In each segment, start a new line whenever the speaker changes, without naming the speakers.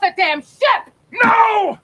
goddamn ship!
No!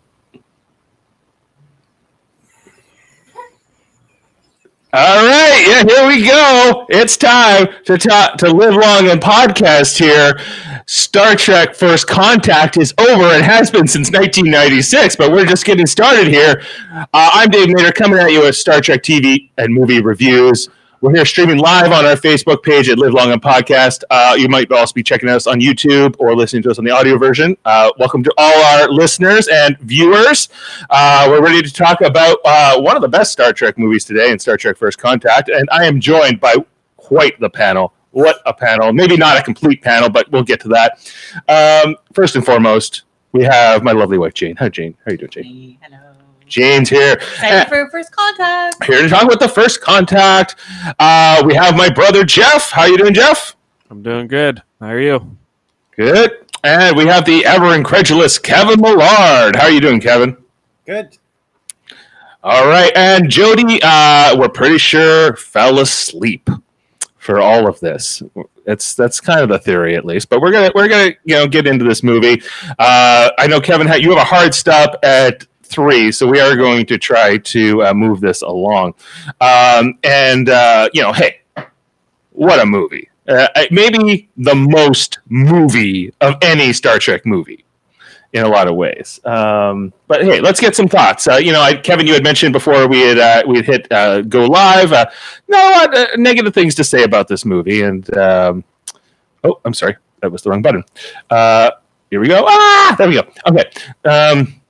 All right, yeah, here we go. It's time to talk to live long and podcast here. Star Trek First Contact is over and has been since 1996, but we're just getting started here. Uh, I'm Dave Nader coming at you with Star Trek TV and movie reviews. We're here streaming live on our Facebook page at Live Long and Podcast. Uh, you might also be checking us on YouTube or listening to us on the audio version. Uh, welcome to all our listeners and viewers. Uh, we're ready to talk about uh, one of the best Star Trek movies today in Star Trek First Contact, and I am joined by quite the panel. What a panel! Maybe not a complete panel, but we'll get to that. Um, first and foremost, we have my lovely wife Jane. Hi, Jane. How are you doing, Jane?
Hey, Hello.
Jane's here.
Excited for first contact.
Here to talk about the first contact. Uh, we have my brother Jeff. How you doing, Jeff?
I'm doing good. How are you?
Good. And we have the ever incredulous Kevin Millard. How are you doing, Kevin?
Good.
All right, and Jody, uh, we're pretty sure fell asleep for all of this. It's that's kind of the theory, at least. But we're gonna we're gonna you know get into this movie. Uh, I know Kevin, ha- you have a hard stop at three, so we are going to try to uh, move this along. Um, and uh, you know, hey, what a movie! Uh, I- maybe the most movie of any Star Trek movie in a lot of ways. Um, but hey, let's get some thoughts. Uh, you know, I, Kevin, you had mentioned before we had uh, we had hit uh, go live. Uh, no uh, negative things to say about this movie. And um, oh, I'm sorry, that was the wrong button. Uh, here we go. Ah, there we go. Okay. Um,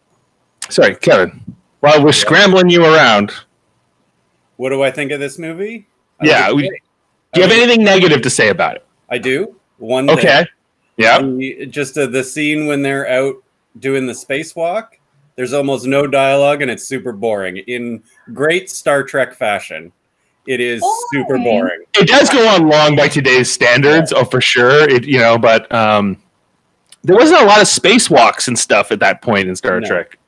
sorry, Kevin. While we're scrambling you around,
What do I think of this movie? I
yeah,
think
we,
it's
do
great.
you have
I mean-
anything negative to say about it?
I do. One thing.
Okay. Yeah.
The- just uh, the scene when they're out doing the spacewalk. There's almost no dialogue and it's super boring. In great Star Trek fashion, it is super
Boring.
boring.
it does go on long by today's standards, oh for sure. It you know, but um, there wasn't a lot of spacewalks and stuff at that point in Star
No.
Trek,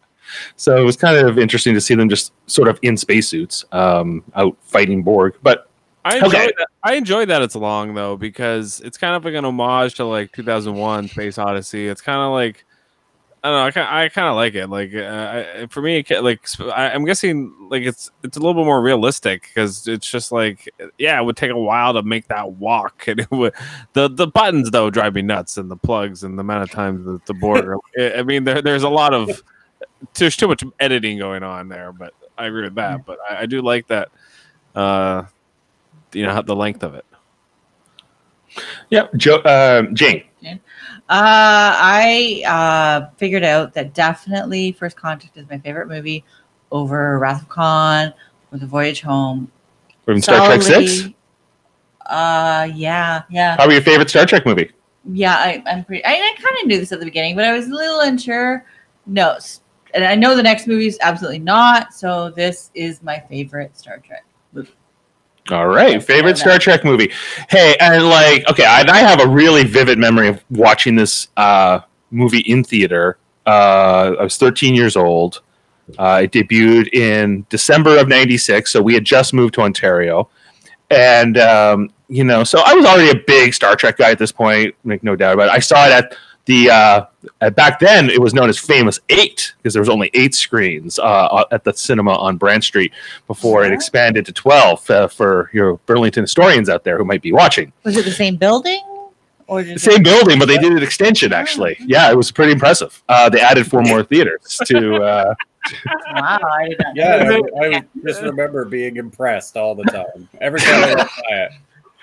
so it was kind of interesting to see them just sort of in spacesuits, um, out fighting Borg. But
I enjoy
Okay.
that. I enjoy that it's long though because it's kind of like an homage to like 2001 Space Odyssey. It's kind of like I don't know. I kind I kind of like it. Like uh, I, for me, it, ca- like sp- I, I'm guessing like it's it's a little bit more realistic because it's just like yeah, it would take a while to make that walk, and it would the the buttons though drive me nuts, and the plugs, and the amount of times that the border. I I mean, there, there's a lot of there's too much editing going on there, but I agree with that. But I, I do like that. Uh, you know, the length of it.
yeah, jo- um Jane,
Uh, I uh, figured out that definitely First Contact is my favorite movie over Wrath of Khan or The Voyage Home.
from Star Trek Six,
Solidly- Uh, yeah, yeah,
how were your favorite Star Trek movie?
yeah. I, I'm pretty. I, I kind of knew this at the beginning, but I was a little unsure. No, s- and I know the next movie is absolutely not. So this is my favorite Star Trek.
All right,
Yes, I
favorite
know.
Star Trek movie. Hey, and like, okay, I, I have a really vivid memory of watching this uh, movie in theater. Uh, I was 13 years old. Uh, it debuted in December of '96, so we had just moved to Ontario, and um, you know, so I was already a big Star Trek guy at this point, make no doubt about it. I saw it at the uh, at back then it was known as Famous Eight because there was only eight screens uh, at the cinema on Brand Street before it
Yeah.
expanded to twelve uh, for your Burlington historians out there who might be watching.
Was it the same building or just
Same building, but they did an extension actually. Yeah, it was pretty impressive. Uh, they added four more theaters to. Uh,
Wow, I did not. know
Yeah,
that.
I, I just remember being impressed all the time. Every time I walk by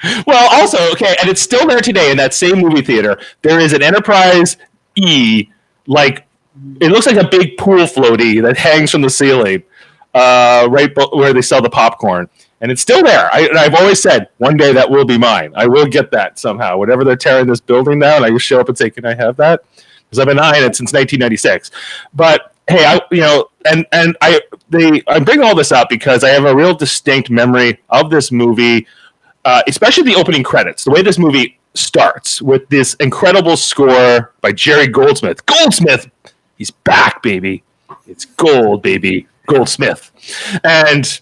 it.
well, also okay, and it's still there today in that same movie theater. There is an Enterprise E like it looks like a big pool floaty that hangs from the ceiling, uh, right bo- where they sell the popcorn, and it's still there. I, and I've always said one day that will be mine. I will get that somehow. Whenever they're tearing this building down, I just show up and say, "Can I have that?" Because I've been eyeing it since 1996. But hey, I you know, and and I they I bring all this up because I have a real distinct memory of this movie uh, especially the opening credits, the way this movie starts with this incredible score by Jerry Goldsmith. Goldsmith, he's back, baby. It's gold, baby. Goldsmith. And,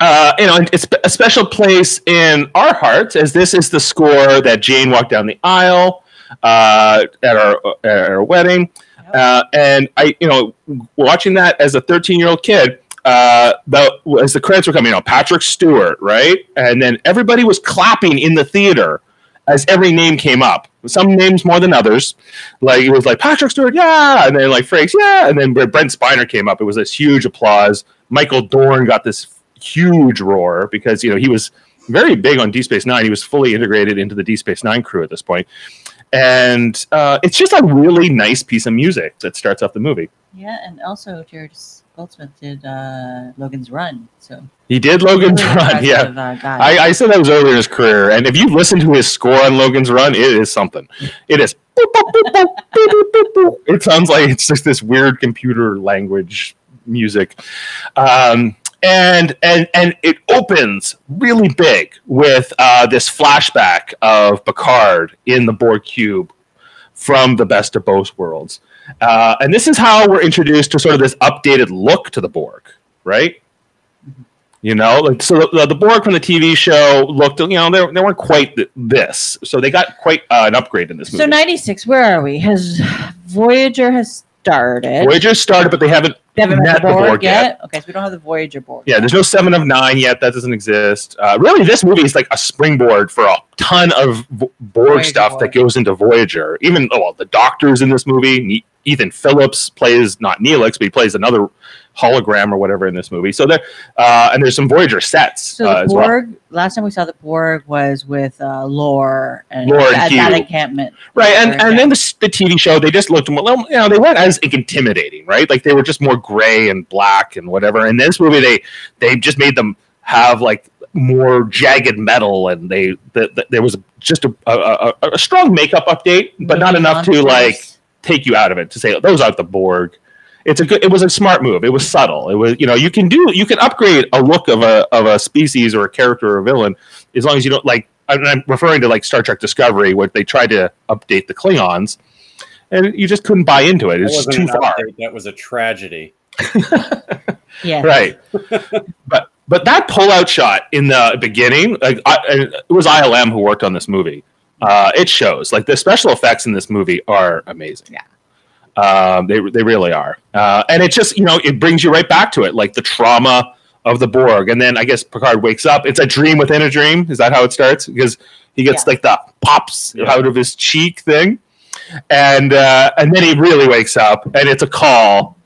uh, you know, and it's a special place in our hearts as this is the score that Jane walked down the aisle uh, at, our, at our wedding. Uh, and I, you know, watching that as a 13 year old kid, uh, the, as the credits were coming on, Patrick Stewart, right? And then everybody was clapping in the theater as every name came up. Some names more than others. Like it was like Patrick Stewart, yeah, and then like Frakes, yeah, and then when Brent Spiner came up, it was this huge applause. Michael Dorn got this huge roar because you know he was very big on D Space Nine. He was fully integrated into the D Space Nine crew at this point, and uh, it's just a really nice piece of music that starts off the movie.
Yeah, and also Jared Goldsmith did uh, Logan's Run, so
He did Logan's
Really
Run, yeah.
impressive, uh, guy.
I, I said that was earlier in his career, and if you listen to his score on Logan's Run, it is something. It is. boop, boop, boop, boop, boop, boop, boop, boop. It sounds like it's just this weird computer language music, um, and and and it opens really big with uh, this flashback of Picard in the Borg cube from the best of both worlds, uh, and this is how we're introduced to sort of this updated look to the Borg, right? You know, like so the, the Borg from the TV show looked, you know, they, they weren't quite th- this, so they got quite uh, an upgrade in this
so
movie.
ninety six. Where are we? Has Voyager has started?
Voyager started, but they haven't.
They haven't had
Not
the
the
board,
Borg
yet. Okay, so we don't have the Voyager board.
Yeah, there's no Seven of Nine yet. That doesn't exist. Uh, really, this movie is like a springboard for a ton of v- Borg
Voyager
stuff that
Borg.
goes into Voyager. Even oh, well, the Doctor's in this movie. Ne- Ethan Phillips plays not Neelix, but he plays another hologram or whatever in this movie. So there, uh, and there's some Voyager sets
So
uh,
the
as well.
Borg. Last time we saw the Borg was with uh, Lore and
Lore and
at
Hugh.
that encampment.
Right, and,
Sure,
and
yeah.
then the, s- the TV show, they just looked, well, you know, they weren't as intimidating, right? Like they were just more gray and black and whatever. In this movie, they they just made them have like more jagged metal, and they the, the, there was just a, a, a, a strong makeup update, but not
Movie
enough to
monsters.
like take you out of it to say those aren't the Borg. It's a good. It was a smart move. It was subtle. It was you know you can do you can upgrade a look of a of a species or a character or a villain as long as you don't like. I'm I'm referring to like Star Trek Discovery where they tried to update the Klingons, and you just couldn't buy into it.
That
It's just
wasn't
too
an
far,
update, That was a tragedy.
Yeah.
right? but but that pullout shot in the beginning, like I, and it was ILM who worked on this movie. Uh, it shows like the special effects in this movie are amazing. Um, they they really are, uh, and it just you know it brings you right back to it, like the trauma of the Borg, and then I guess Picard wakes up. It's a dream within a dream. Is that how it starts? Because he gets
Yeah.
like the pops
Yeah.
out of his cheek thing, and uh, and then he really wakes up, and it's a call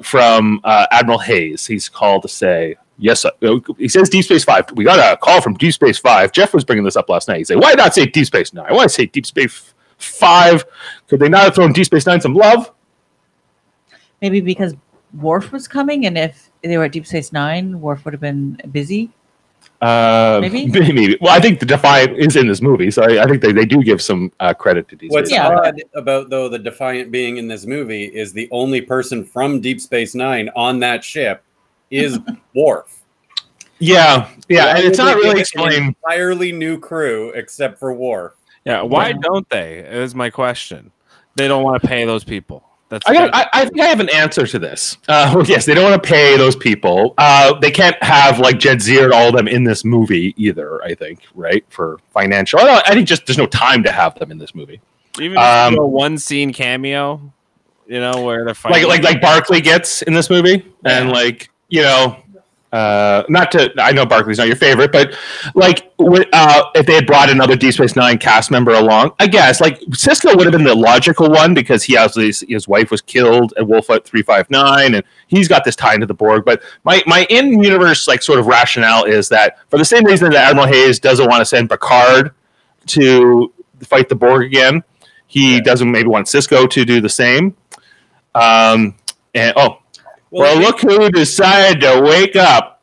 from uh, Admiral Hayes. He's called to say. Yes, sir." Uh, he says Deep Space Five. We got a call from Deep Space Five. Jeff was bringing this up last night. He said, "Why not say Deep Space Nine? Why say Deep Space Five? Could they not have thrown Deep Space Nine some love?"
Maybe because Worf was coming, and if they were at Deep Space Nine, Worf would have been busy.
Uh,
Maybe?
maybe. Well, I think the Defiant is in this movie, so I, I think they, they do give some uh, credit to these.
What's
Yeah.
odd about though the Defiant being in this movie is the only person from Deep Space Nine on that ship is Worf.
yeah, yeah, and it's
They
not
give
really
an
explained.
Entirely new crew except for Worf.
Yeah, why
Yeah.
don't they? Is my question. They don't want to pay those people. That's
I,
the
got,
thing.
I, I think I have an answer to this. Uh, well, yes, they don't want to pay those people. Uh, they can't have like Jedzia and all of them in this movie either. I think, right? For financial, I, don't- I think just there's no time to have them in this movie.
even if
um,
you do a one scene cameo. You know where they're
Like
fighting.
like like Barkley gets in this movie, and like you know, uh, not to I know Barkley's not your favorite, but like wi- uh, if they had brought another D Space Nine cast member along, I guess like Cisco would have been the logical one because he obviously his wife was killed at Wolf at three five nine, and he's got this tie into the Borg. But my my in universe like sort of rationale is that for the same reason that Admiral Hayes doesn't want to send Picard to fight the Borg again, he doesn't maybe want Cisco to do the same. Um, and oh, well,
they-
look who decided to wake up.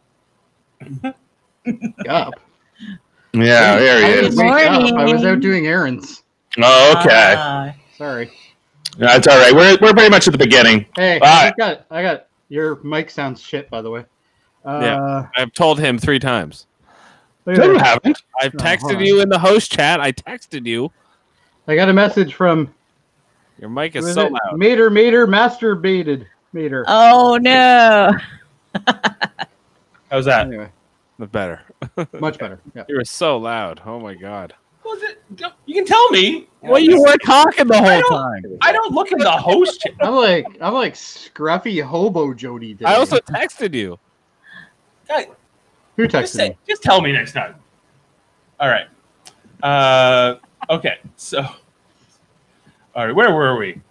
Up.
Yeah, there
I
he
didn't
is.
wake up. I was
Morning.
out doing errands.
Oh, okay,
Ah,
Sorry.
that's all right. We're, we're pretty much at the beginning.
Hey,
Bye.
I got I got your mic sounds shit by the way. Uh,
Yeah. I've told him three times.
look at
No, you
this.
haven't.
I've
Oh, hold
texted
on.
you in the host chat. I texted you.
I got a message from
Your mic
who
is
is
so
it?
loud.
Mater Mater masturbated Mater.
oh no!
How's that?
Anyway,
The better.
much better. Yeah.
You were so loud. Oh my god.
Was it? You
You can tell me.
Well,
Well, you were talking the whole time.
I don't look at the host. chat.
I'm like I'm like scruffy hobo Jody. Today.
I also texted you.
who
Just,
texted
say,
me?
just tell me next time. All right. Uh, okay. So, all right. Where were we?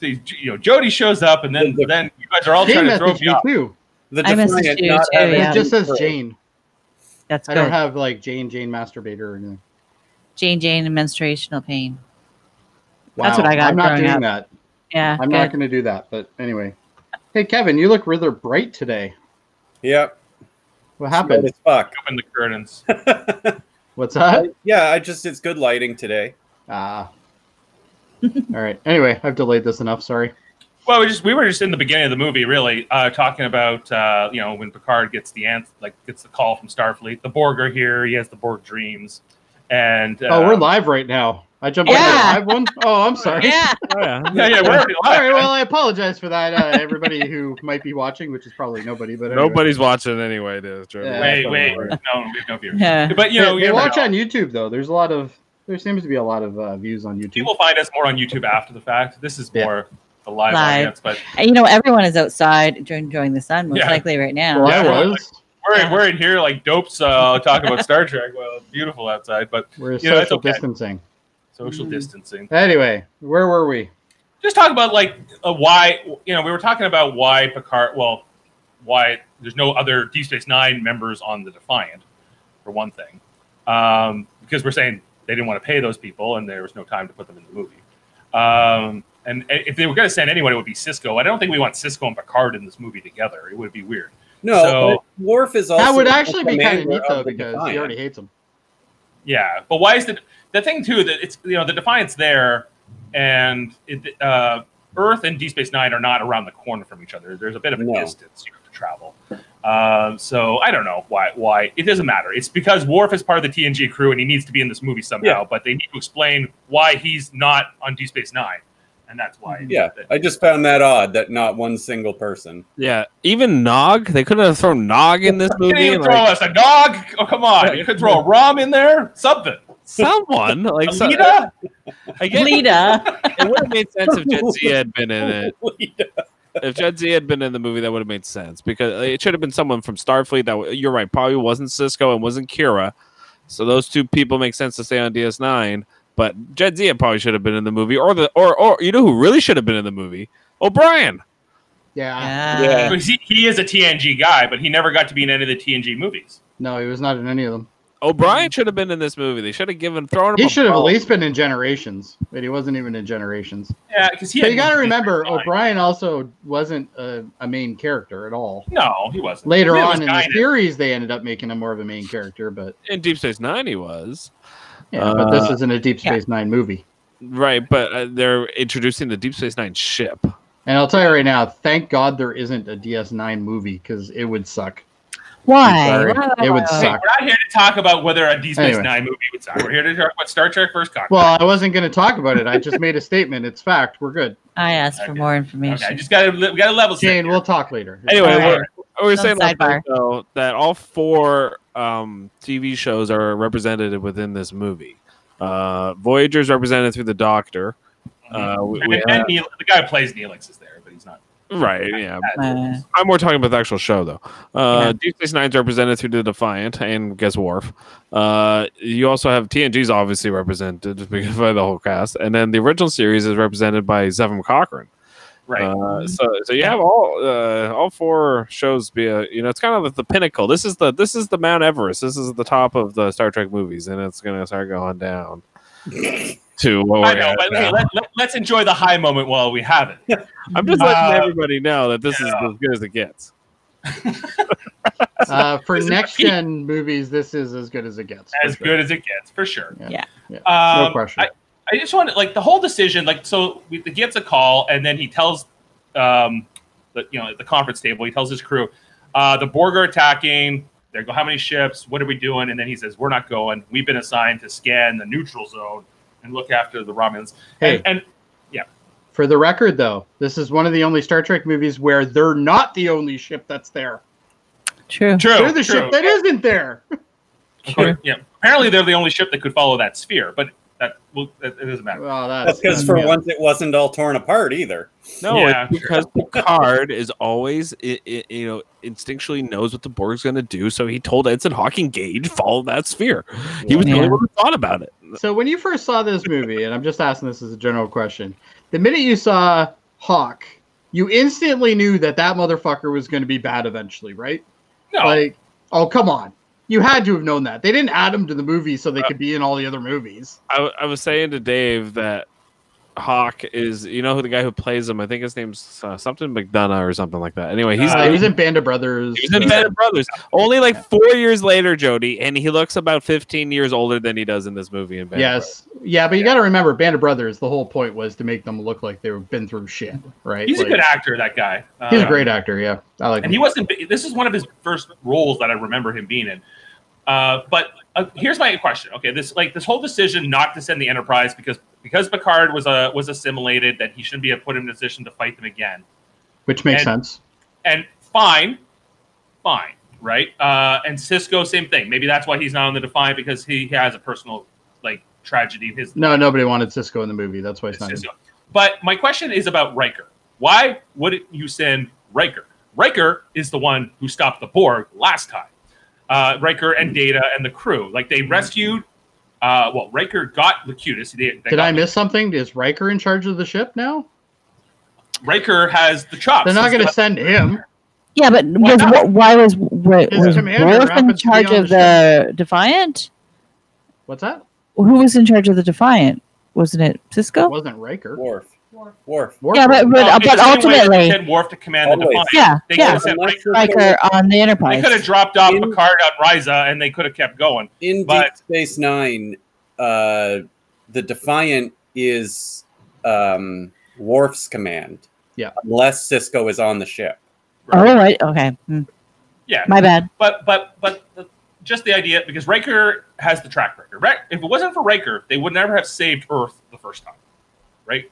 See, J- you know, Jody shows up, and then then you guys are all
Jane
trying to throw
messaged
me
me
off.
too.
The
I messaged
Defiant
you
not
too,
having
Oh, yeah.
It just says
control.
Jane.
That's
I
good.
don't have like Jane Jane masturbator or anything.
Jane Jane and menstruational pain. That's what I got
I'm not
growing
doing
up.
that.
Yeah.
I'm
good.
not going to do that. But anyway, hey Kevin, you look rather bright today.
Yep.
What
Happened.
happened?
As fuck.
Open the curtains.
What's up?
yeah, I just it's good lighting today.
Ah. All right. Anyway, I've delayed this enough. Sorry.
Well, we just we were just in the beginning of the movie, really, uh, talking about uh, you know when Picard gets the answer, like gets the call from Starfleet. The Borg are here. He has the Borg dreams, and uh,
oh, we're live right now. I jumped
Yeah.
on the live one. Oh, I'm sorry.
Yeah.
Oh, yeah.
Yeah, yeah, we're already
All
live.
right. Well, I apologize for that. Uh, everybody who might be watching, which is probably nobody, but anyway.
Nobody's watching anyway. Dude.
Yeah,
wait,
that's
wait,
what
no, we have no viewers.
Yeah.
But you know,
they,
you
they
never
watch
know.
on YouTube though. There's a lot of there seems to be a lot of uh, views on YouTube.
people find us more on YouTube after the fact. This is
Yeah.
more the live,
Live.
audience, but
And you know, everyone is outside during enjoying the sun, most
Yeah.
likely right now.
Well,
Yeah,
I
we're
was.
we're
Yeah.
we're in here like dopes uh, talking about Star Trek. Well, it's beautiful outside, but
We're
You know, it's
social
okay.
distancing.
social
Mhm.
distancing.
Anyway, where were we?
just talk about like uh, why you know we were talking about why Picard. Well, why there's no other Deep Space Nine members on the Defiant, for one thing, um, because we're saying they didn't want to pay those people and there was no time to put them in the movie. Um, and i- if they were going to send anyone, it would be Cisco. I don't think we want Cisco and Picard in this movie together. It would be weird.
No,
So-
but Worf is also
that would actually be
commander
kind of neat though
of the
because
Defiant.
he already hates him.
Yeah, but why is the the thing too that it's you know the Defiant's there, and it, uh, Earth and D Space Nine are not around the corner from each other. There's a bit of a
No.
distance you have to travel. Um, so I don't know why why it doesn't matter. It's because Worf is part of the TNG crew and he needs to be in this movie somehow. But they need to explain why he's not on D Space Nine, and that's why.
Yeah,
that-
I just found that odd that not one single person.
Yeah, even Nog. They couldn't have thrown Nog in this
you didn't
movie.
even throw
Like,
us a dog. Oh come on! You could throw a Rom in there. Something.
someone like so,
Alita?
I guess
Lita.
it would have made sense if Gen Z had been in it. If Gen Z had been in the movie, that would have made sense because it should have been someone from Starfleet. That w- you're right, probably wasn't Cisco and wasn't Kira. So those two people make sense to stay on DS9. But Gen Z probably should have been in the movie, or the or or you know who really should have been in the movie? O'Brien.
Yeah.
Yeah.
Yeah.
Because he, he is a TNG guy, but he never got to be in any of the TNG movies.
No, he was not in any of them.
O'Brien should have been in this movie. They should have given thrown him.
He
a
should have at
bone.
least been in Generations, but he wasn't even in Generations.
Yeah, because he.
But
had-
you got to remember,
he was
O'Brien also wasn't a, a main character at all.
fine. No, he wasn't.
Later
He was
on in the
Guinan.
series, they ended up making him more of a main character, but
in Deep Space Nine. He was.
yeah, but this
Uh,
isn't a Deep
yeah.
Space Nine movie.
Right, but uh, they're introducing the Deep Space Nine ship.
And I'll tell you right now, thank God there isn't a DS9 movie because it would suck. I'm
Why?
sorry. It would
Hey,
suck.
we're not here to talk about whether a D Space
Anyway.
Nine movie would suck. We're here to talk about Star Trek First Contact.
Well, I wasn't going to talk about it. I just made a statement. It's fact. We're good.
I asked for
Okay.
more
okay, I
information.
just got to we got to level set.
Jane, we'll talk later.
Anyway,
All
we're, we're
Some
saying last
sidebar.
night, though, that all four um, TV shows are represented within this movie. Uh, Voyager's represented through the Doctor. Uh,
Mm-hmm.
we,
and,
we
and
have-
Neelix, the guy who plays Neelix is there, but he's not.
right, yeah.
Uh,
I'm more talking about the actual show, though. Uh,
Yeah.
Deep Space Nine's represented through the Defiant and guess Worf. Uh, you also have TNG's obviously represented because by the whole cast, and then the original series is represented by Zevon Cochrane.
Right.
Uh, so, so you have all uh, all four shows be a, you know it's kind of the pinnacle. This is the this is the Mount Everest. This is the top of the Star Trek movies, and it's gonna start going down to what
I
we're
know,
at
but
now.
hey, let, us enjoy the high moment while we have it.
I'm just letting
Uh,
everybody know that this
yeah.
is as good as it gets.
Uh, for
This is
next
repeat.
gen movies, this is as good as it gets.
As good as it gets, for sure.
Yeah.
Yeah.
Um,
No question.
I- I just wanted like the whole decision. Like, so we, he gets a call, and then he tells, um, the, you know, at the conference table, he tells his crew, uh, the Borg are attacking. They go, how many ships? What are we doing? And then he says, we're not going. We've been assigned to scan the neutral zone and look after the Romulans.
Hey,
And, and
for the record, though, this is one of the only Star Trek movies where they're not the only ship that's there.
True.
true,
they're the
true.
ship that isn't there.
Of course, yeah. Apparently, they're the only ship that could follow that sphere. But That well, it, it doesn't matter.
Well,
That's
that's
because for once it wasn't all torn apart either.
No,
Yeah,
it's because Picard is always, i i you know, instinctually knows what the Borg's going to do. So he told Ensign Hawking Gage follow that sphere. He was the
Yeah.
only one who thought about it.
So when you first saw this movie, and I'm just asking this as a general question, the minute you saw Hawk, you instantly knew that that motherfucker was going to be bad eventually, right?
No,
Like, oh come on, you had to have known that. They didn't add him to the movie so they could be in all the other movies.
I, w- I was saying to Dave that Hawk is, you know, who the guy who plays him. I think his name's uh, something McDonough or something like that. Anyway, he's
Uh, he was
he's
in Band of Brothers.
he was in Band of Brothers. Only like four years later, Jody, and he looks about 15 years older than he does in this movie. In Band of
Yes, yeah, but you got to remember, Band of Brothers. The whole point was to make them look like they've been through shit, right?
he's a
Like,
good actor. That guy.
He's a
Uh,
great actor. Yeah, I like
and
him.
he wasn't. This is one of his first roles that I remember him being in. Uh, but uh, here's my question. Okay, this like this whole decision not to send the Enterprise because because Picard was uh, was assimilated that he shouldn't be put in a position to fight them again.
which makes
and-
sense.
And fine, fine, right? Uh, and Cisco, same thing. Maybe that's why he's not on the Defiant because he has a personal like tragedy in his
No, nobody wanted Cisco in the movie. That's why it's
it's
not. in.
just- But my question is about Riker. Why wouldn't you send Riker? Riker is the one who stopped the Borg last time. Uh, Riker
Hmm.
and Data and the crew, like they rescued. Uh, well, Riker got Locutus. They, they
Did
got-
I miss something? Is Riker in charge of the ship now?
Riker has the chops.
They're not
He's
going to
got-
send him.
Yeah, but
Why
was,
not?
wh- why was why,
His
was
commander
Worf
happens
in
to be
charge
on
of
the
the Defiant?
What's that?
Who was in charge of the Defiant? Wasn't it
It
Cisco?
wasn't Riker.
Worf.
Worf.
Worf.
Worf
Yeah, but but,
was.
Well, it's
but
the same way they
ultimately,
send Worf to command the
Always.
Defiant.
yeah,
They could
yeah,
have sent
Unless
Riker.
you're
Riker on the
They
Enterprise.
could have dropped off
In-
Picard on Riza, and they could have kept going.
in Deep
But-
Space Nine, uh, the Defiant is um, Worf's command.
Yeah.
Unless Cisco is on the ship.
oh right, okay, Hmm,
Yeah,
my bad.
but but but the, just the idea because Riker has the track record. Right? If it wasn't for Riker, they would never have saved Earth the first time, right?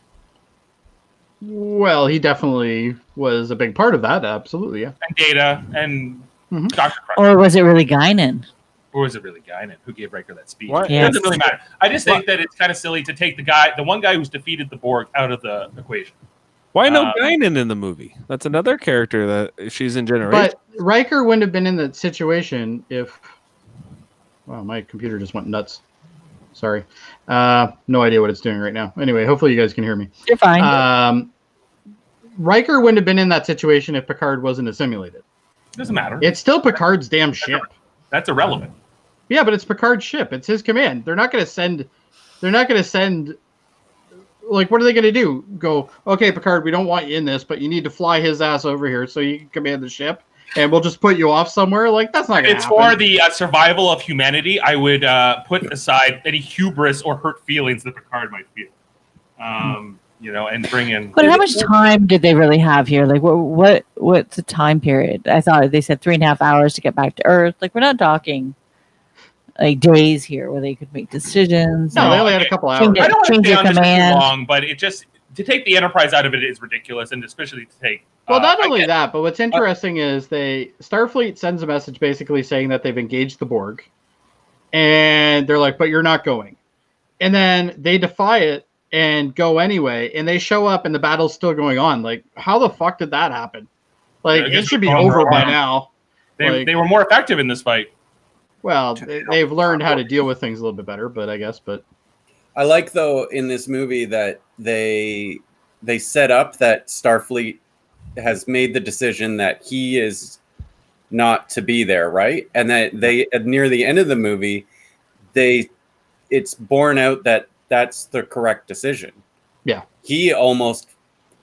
Well, he definitely was a big part of that. Absolutely, yeah.
And Data and
Mhm.
Doctor Crusher.
Or was it really Guinan?
Or was it really Guinan who gave Riker that speech?
What?
It
Yes.
doesn't really matter. I just think that it's kind of silly to take the guy, the one guy who's defeated the Borg, out of the equation.
Why no
Uh,
Guinan in the movie? That's another character that she's in Generation.
But Riker wouldn't have been in that situation if. Wow, my computer just went nuts. Sorry, uh, no idea what it's doing right now. Anyway, hopefully you guys can hear me.
You're fine.
Um, Riker wouldn't have been in that situation if Picard wasn't assimilated.
It doesn't matter.
It's still Picard's damn ship.
That's irrelevant.
Yeah, but it's Picard's ship. It's his command. They're not going to send. They're not going to send. Like, what are they going to do? Go, okay, Picard, we don't want you in this, but you need to fly his ass over here so you can command the ship, and we'll just put you off somewhere. Like, that's not going to
It's for the uh, survival of humanity. I would uh, put aside any hubris or hurt feelings that Picard might feel. Um, you know, and bring in.
But how much time did they really have here? Like, what, what, what's the time period? I thought they said three and a half hours to get back to Earth. Like, we're not talking like days here where they could make decisions.
no, they
and-
only had a couple
Change
hours.
it.
I don't want
change
to stay
your
on this
command.
too long, but it just to take the enterprise out of it is ridiculous, and especially to take.
Well,
uh,
not
I
only
get-
that, but what's interesting is they Starfleet sends a message basically saying that they've engaged the Borg, and they're like, "But you're not going," and then they defy it and go anyway, and they show up, and the battle's still going on. Like, how the fuck did that happen? Like,
Yeah, I
it
guess
should be
they found
over
their
by
arm.
now.
they,
like-
they were more effective in this fight.
Well, they, they've learned how to deal with things a little bit better, but I guess, but
I like though in this movie that they they set up that Starfleet has made the decision that he is not to be there, right? And that they at near the end of the movie, they it's borne out that that's the correct decision.
Yeah.
He almost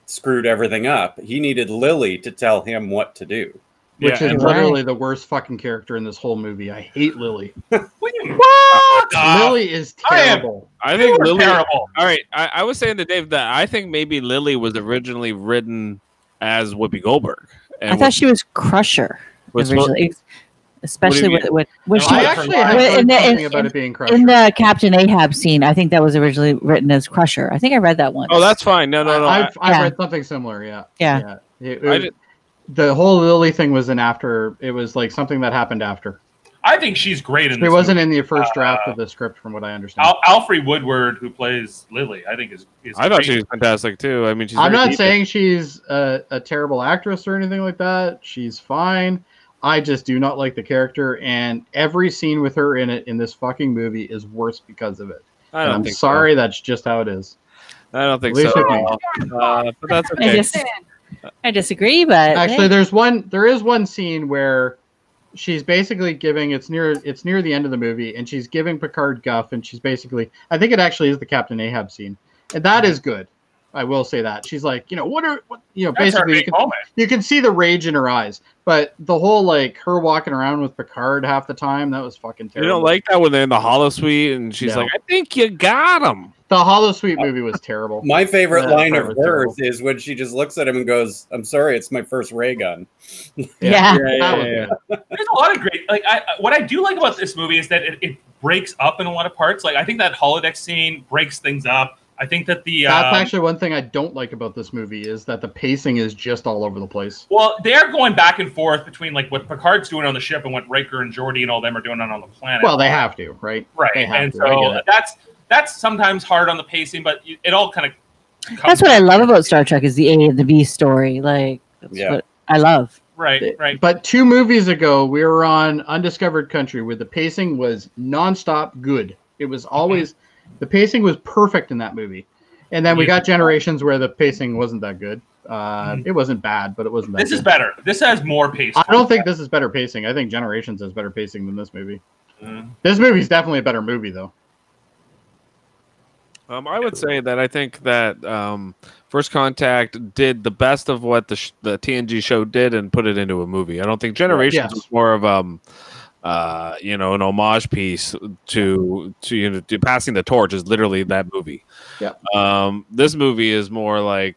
screwed everything up. He needed Lily to tell him what to do.
which
yeah,
is
and-
Right.
literally the worst fucking character in this whole movie. I hate Lily.
What? do you mean? Uh,
Lily is
I am-
terrible.
I
they
think
were
Lily.
terrible.
All right, I, I was saying to Dave that I think maybe Lily was originally written as Whoopi Goldberg. And
I thought she was Crusher
was-
originally, especially
mean?
with, with when
No,
she
I
was-
actually have
Well,
heard
in the-
something
in-
about
in-
it being crushed.
in the Captain Ahab scene. I think that was originally written as Crusher. I think I read that one.
oh, that's fine. No, no, no. I,
I, I've, I've
Yeah.
read something similar. Yeah.
Yeah.
It-
I
it-
did-
the whole Lily thing was an after. It was like something that happened after.
I think she's great in
It
this.
wasn't
movie.
in the
Uh,
first draft of the script, from what I understand.
Al- Alfrey Woodward, who plays Lily, I think is. is
I thought
great.
she was fantastic too. I mean, she's
I'm
very
not
deep.
saying she's a, a terrible actress or anything like that. She's fine. I just do not like the character, and every scene with her in it in this fucking movie is worse because of it.
I
And
don't
I'm
think so.
sorry, that's just how it is.
I don't think
Leave
so.
it
at
be.
all. Uh, but that's
I
okay.
just- I disagree, but
Actually, there's one. There is one scene where she's basically giving. It's near. It's near the end of the movie, and she's giving Picard guff, and she's basically. I think it actually is the Captain Ahab scene, and that is good. I will say that she's like, you know, what are what, you know,
That's her
basically you
big
can,
moment.
you can see the rage in her eyes, but the whole like her walking around with Picard half the time that was fucking
You
terrible.
don't like that when they're in the hollow suite and she's
No.
like, I think you got him.
the Hollow Suite movie was terrible.
My favorite
Yeah,
line
that
of
was
hers
terrible.
is when she just looks at him and goes, "I'm sorry, it's my first ray gun."
yeah.
That was good.
There's a lot of great. Like, I, I- what I do like about this movie is that it, it breaks up in a lot of parts. Like, I think that holodeck scene breaks things up. I think that the
That's
um,
actually one thing I don't like about this movie is that the pacing is just all over the place.
Well, they are going back and forth between like what Picard's doing on the ship and what Riker and Geordi and all them are doing on, on the planet.
Well, they have to, right?
right,
they have
and
to, I get
so
it.
that's that's sometimes hard on the pacing, but you- it all kind of.
That's what I love about Star Trek is the A and the B story. Like that's
Yeah.
what I love.
Right, right.
But two movies ago, we were on Undiscovered Country where the pacing was nonstop good. It
Mm-hmm.
was always the pacing was perfect in that movie. And then we
Yeah. Mm-hmm.
got Generations where the pacing wasn't that good. Uh, It wasn't bad, but it wasn't that
This
good.
is better. This has more pace.
I don't think this is better pacing. I think Generations has better pacing than this movie.
Mm.
This movie's definitely a better movie, though.
Um, I would say that I think that um, First Contact did the best of what the sh- the TNG show did and put it into a movie. I don't think Generations
Yes.
was more of um, uh, you know, an homage piece to to you know to passing the torch is literally that movie.
Yeah.
Um, this movie is more like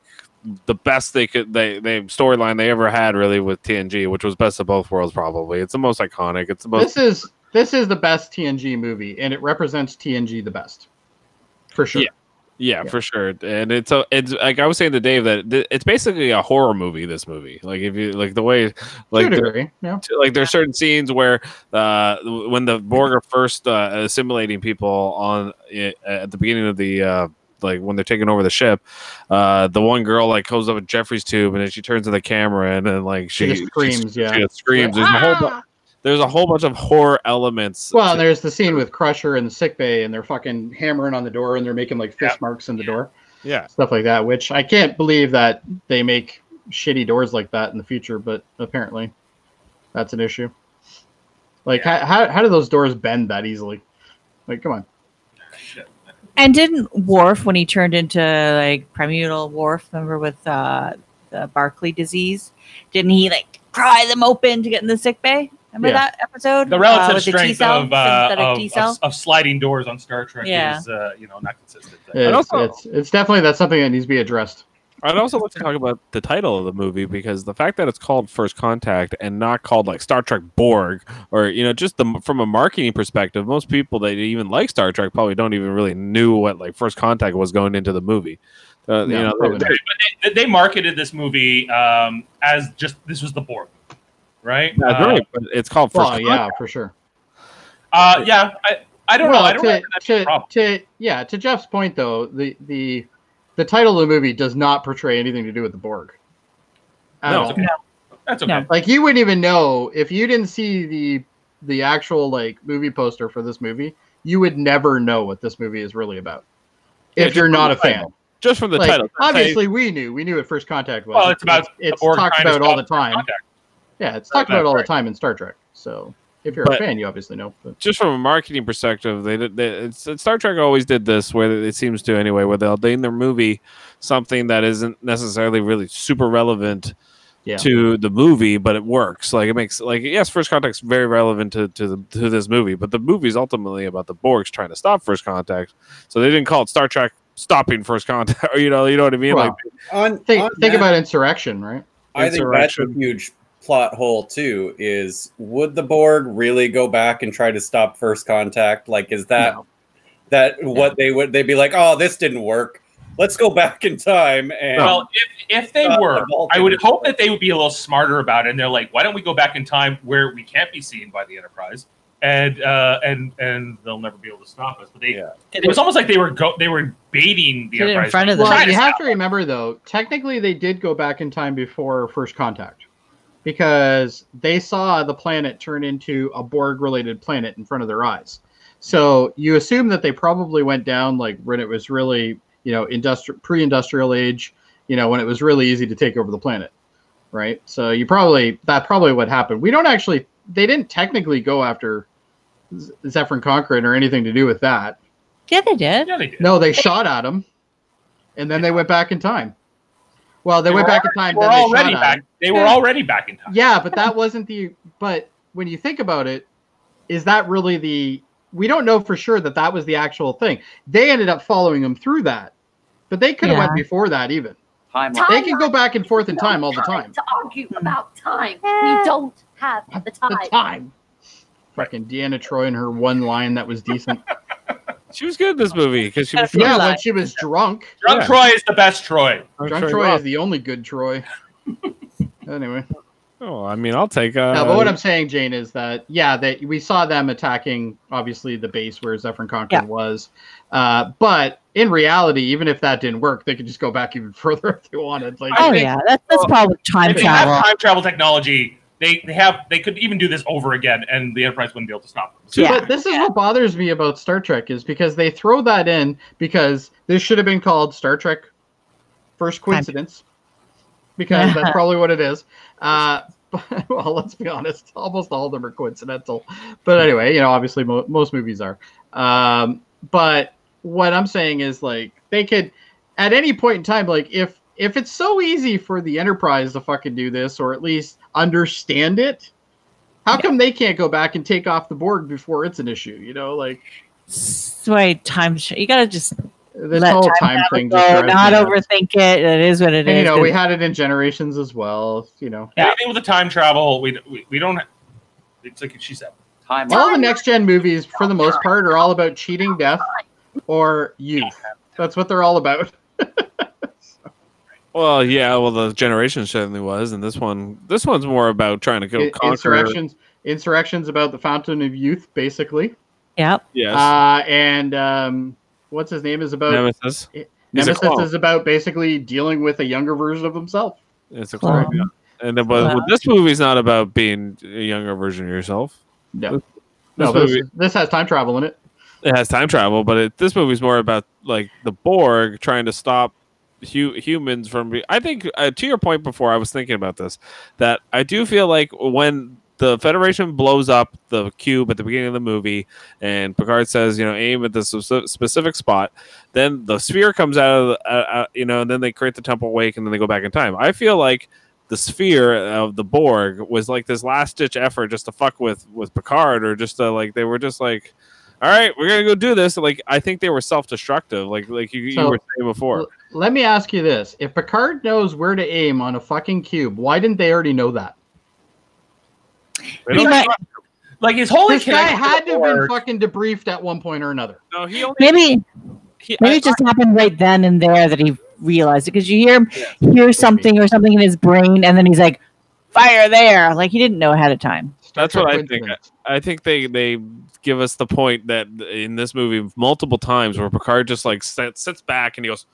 the best they could they they storyline they ever had really with TNG, which was best of both worlds. Probably it's the most iconic. It's the most
This is this is the best TNG movie, and it represents TNG the best, for sure.
Yeah,
Yeah.
for sure. And it's a, it's like I was saying to Dave that th- it's basically a horror movie. This movie, like if you like the way, like
to a
there,
degree, yeah.
like there's certain scenes where uh when the Borg are first uh, assimilating people on i- at the beginning of the uh like when they're taking over the ship, uh the one girl like goes up a Jeffrey's tube and then she turns to the camera and then like
She
she,
just screams,
she,
yeah.
just screams. There's a whole bu-
Ah,
there's a whole bunch of horror elements.
Well, and
to-
there's the scene with Crusher in the sick bay, and they're fucking hammering on the door, and they're making like fish
Yeah.
marks in the door,
yeah.
stuff like that. Which I can't believe that they make shitty doors like that in the future, but apparently, that's an issue. Like, how, how how do those doors bend that easily? Like, come on.
And didn't Worf when he turned into like primordial Worf, remember with uh the Barclay disease? Didn't he like pry them open to get in the sick bay? Remember
Yeah.
that episode?
the
Uh,
relative
with the T
strength
cell,
of, uh,
synthetic T
of,
cell?
of of sliding doors on Star Trek
Yeah.
is uh, you know not consistent.
It's,
also-
it's it's definitely that's something that needs to be addressed.
I'd also like to talk about the title of the movie because the fact that it's called First Contact and not called like Star Trek Borg or you know just the from a marketing perspective, most people that even like Star Trek probably don't even really knew what like First Contact was going into the movie. Uh, you
No,
know,
probably not.
They- They marketed this movie um, as just this was the Borg, right?
that's
Uh,
right, but it's called First.
Well, yeah, for sure.
Uh, yeah, I, I don't know. I don't.
to,
remember that being a
to,
problem.
to yeah, to Jeff's point though, the the the title of the movie does not portray anything to do with the Borg. At
No.
all.
Okay. That's okay.
No.
Like you wouldn't even know if you didn't see the the actual like movie poster for this movie, you would never know what this movie is really about.
Yeah,
If
just
you're
from
not
the
a fan.
title. Just from the
Like,
title.
obviously we knew. We knew what first contact was.
Well, it's about
it's, it's
the Borg
talked
trying to
about all the
stop
time.
Contact.
Yeah, it's talked
That's
about all the
right.
time in Star Trek. So if you're a
But-
fan, you obviously know. But
just from a marketing perspective, they, did- they it's, it's- Star Trek always did this, where it seems to anyway, where they'll name their movie something that isn't necessarily really super relevant
Yeah.
to the movie, but it works. Like it makes like yes, First Contact's very relevant to to, the, to this movie, but the movie's ultimately about the Borgs trying to stop First Contact, so they didn't call it Star Trek stopping First Contact, or you know, you know what I mean?
Well,
like
On,
think
on
think
that,
about insurrection, right?
I think that's a huge plot hole too. Is would the Borg really go back and try to stop First Contact? Like, is that
No.
that what they would? They'd be like, "Oh, this didn't work. Let's go back in time." And
Well, if, if they
Stop
were,
the Vulcan.
I would hope that they would be a little smarter about it. And they're like, why don't we go back in time where we can't be seen by the Enterprise? and uh, and and they'll never be able to stop us. But they, it was almost like they were go- they were baiting the
Did it in
Enterprise.
front of
Try
them.
Well,
to
you
stop
have to remember though, technically they did go back in time before first contact because they saw the planet turn into a Borg related planet in front of their eyes. So you assume that they probably went down like when it was really, you know, industrial pre-industrial age, you know, when it was really easy to take over the planet, right? So you probably that probably what happened. We don't actually they didn't technically go after Z- Zephyr Conqueror or anything to do with that.
Yeah, they did.
Yeah, they did.
No, they shot at him, and then they went back in time. Well, they,
They
went
were
back in time.
They were
then they
already
shot at
back.
him.
They were already back in time.
Yeah, but that wasn't the. But when you think about it, is that really the? We don't know for sure that that was the actual thing. They ended up following him through that, but they could have went before that even.
Time
They can go back and forth in time all the time.
To argue
Hmm.
about time,
Eh.
we don't have the time.
The time. Fucking Deanna Troy and her one line that was decent.
She was good in this movie because she was.
yeah,
line.
when she was drunk.
Drunk
Yeah.
Troy is the best Troy.
Drunk
Troy
Troy
Roth.
is the only good Troy. anyway.
Oh, I mean, I'll take. Uh,
No, but what I'm saying, Jane, is that yeah, that we saw them attacking obviously the base where Zephyr Conqueror
Yeah.
was, uh, but in reality, even if that didn't work, they could just go back even further if they wanted. Like,
Oh
think-
yeah, that's that's probably time
If they have
travel.
time travel technology, they, they have they could even do this over again, and the Enterprise wouldn't be able to stop them.
Yeah.
but this is what bothers me about Star Trek is because they throw that in because this should have been called Star Trek First Coincidence, because that's probably what it is. Uh, but- well, let's be honest, almost all of them are coincidental. But anyway, you know, obviously mo- most movies are. Um, but what I'm saying is like they could at any point in time, like if if it's so easy for the Enterprise to fucking do this or at least understand it. How come they can't go back and take off the board before it's an issue? You know, like
That's why time. Tra- you gotta just
this
Let
whole
time
time, thing. just
go,
drives
not
me nuts.
overthink it. It is what it is.
And, you know, we
'cause-
had it in generations as well. You know,
Yeah.
Anything with the time travel, we, we, we don't. It's like she said.
Time
all the next gen movies, for the most part, are all about cheating death or youth. That's what they're all about.
Well, yeah. Well, the generation certainly was, and this one, this one's more about trying to kill
I-
conquer.
Insurrections, insurrections about the fountain of youth, basically.
Yep.
Yes.
Uh, and um, what's his name is about.
Nemesis. He's a
Nemesis
clone.
is about basically dealing with a younger version of himself.
It's a clone.
Clone.
yeah. And then, but
Clone.
this movie's not about being a younger version of yourself.
No,
This-
no,
this
but this,
movie-
this has time travel in it.
It has time travel, but it, this movie's more about like the Borg trying to stop hu- humans from. Be- I think uh, to your point before, I was thinking about this that I do feel like when the Federation blows up the cube at the beginning of the movie, and Picard says, you know, aim at this spec- specific spot. Then the sphere comes out of, the, uh, uh, you know, and then they create the Temple Wake, and then they go back in time. I feel like the sphere of the Borg was like this last ditch effort just to fuck with with Picard, or just to, like they were just like, all right, we're gonna go do this. Like I think they were self destructive, like like you,
So-
you were saying before.
Let me ask you this: If Picard knows where to aim on a fucking cube, why didn't they already know that?
They
He
don't-
might-
Like his holy
this guy had to have been
Borg,
fucking debriefed at one point or another.
no, he only
maybe
he,
maybe
I-
it just happened right then and there that he realized it because you hear him hear something or something in his brain and then he's like, "Fire there!" Like he didn't know ahead of time.
Star
That's what
Trek
I think.
coincidence.
I think they they give us the point that in this movie multiple times where Picard just like sits, sits back and he goes,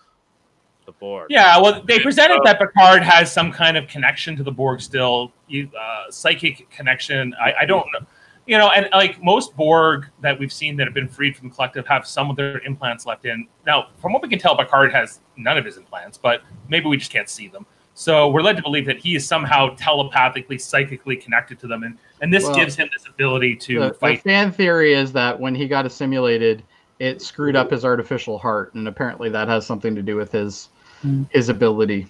"The Borg."
Yeah, well, they presented that Picard has some kind of connection to the Borg still, you- uh, psychic connection. I, I don't know. You know, and like most Borg that we've seen that have been freed from the collective have some of their implants left in. Now, from what we can tell, Picard has none of his implants, but maybe we just can't see them. So we're led to believe that he is somehow telepathically, psychically connected to them, and, and this
Well,
gives him this ability to
The, the
fight.
fan theory is that when he got assimilated, it screwed up his artificial heart, and apparently that has something to do with his
Hmm.
his ability.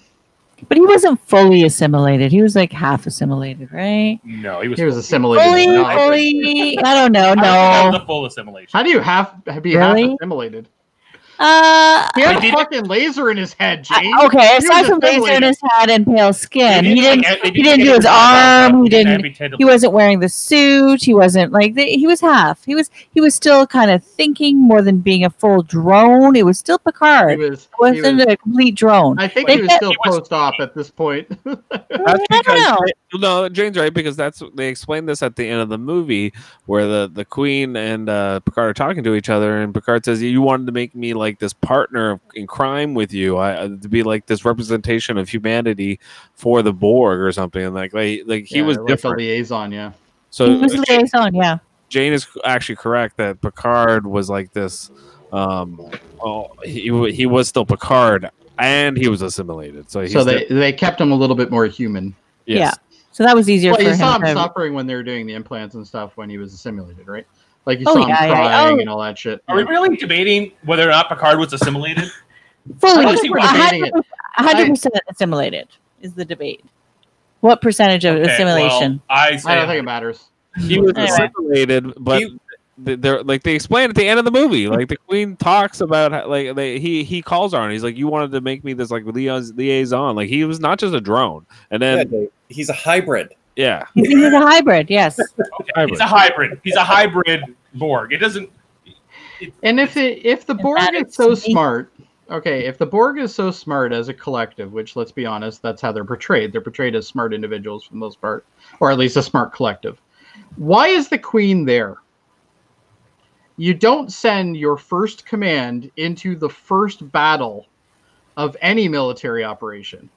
But he wasn't fully assimilated. He was like half assimilated, right?
No, he was,
He was assimilated.
Fully,
No, I-
fully. I don't know.
I don't think
No.
that's the full assimilation.
How do you half be
Really?
half assimilated?
Uh,
He had a fucking laser in his head, James.
okay,
He
aside
was a
from laser in
ventilator.
his head and pale skin,
They
he
didn't,
didn't.
like, they
he didn't do his
amputate
arm. He
the-
didn't.
amputate the-
He wasn't wearing the suit. He wasn't like the, he was half. He was he was still kind of thinking more than being a full drone. It was still
He
Picard. It
was, he
wasn't
was-
a complete drone.
I think
They
he was
kept-
still
He was-
post-op at this point.
That's
I don't
because
know.
no, Jane's right because that's they explained this at the end of the movie where the the Queen and uh, Picard are talking to each other, and Picard says, "You wanted to make me like this partner in crime with you, I, uh, to be like this representation of humanity for the Borg or something." And like, like, like he
Yeah,
was
like
different.
a liaison, yeah.
so
he was a
Jane-
liaison. Yeah.
Jane is actually correct that Picard was like this. Um, oh, he wa- he was still Picard, and he was assimilated. So, he's
So they,
di-
they kept him a little bit more human.
yes.
So that was easier
Well,
for
you
him.
saw him
to-
suffering when they were doing the implants and stuff when he was assimilated, right? Like you
Oh,
saw him
yeah, yeah,
crying
oh.
and all that shit.
Are we really debating whether or not Picard was assimilated?
I
fully
don't think we're debating it.
A hundred percent assimilated is the debate. What percentage of
Okay, well,
assimilation?
I
I don't think
say
it matters.
he was
Anyway.
assimilated, but
You-
th- they're like they explain at the end of the movie. Like the queen talks about how, like they, he he calls her and he's like, "You wanted to make me this like liaison, liaison." Like he was not just a drone. And
Yeah,
then
Dave, he's a hybrid.
yeah,
He's he's a hybrid. Yes.
he's a hybrid. He's a hybrid Borg. It doesn't.
And if it, if the
It
Borg
matters
is so
to me.
smart, okay, if the Borg is so smart as a collective, which let's be honest, that's how they're portrayed. They're portrayed as smart individuals for the most part, or at least a smart collective. Why is the Queen there? You don't send your first command into the first battle of any military operation.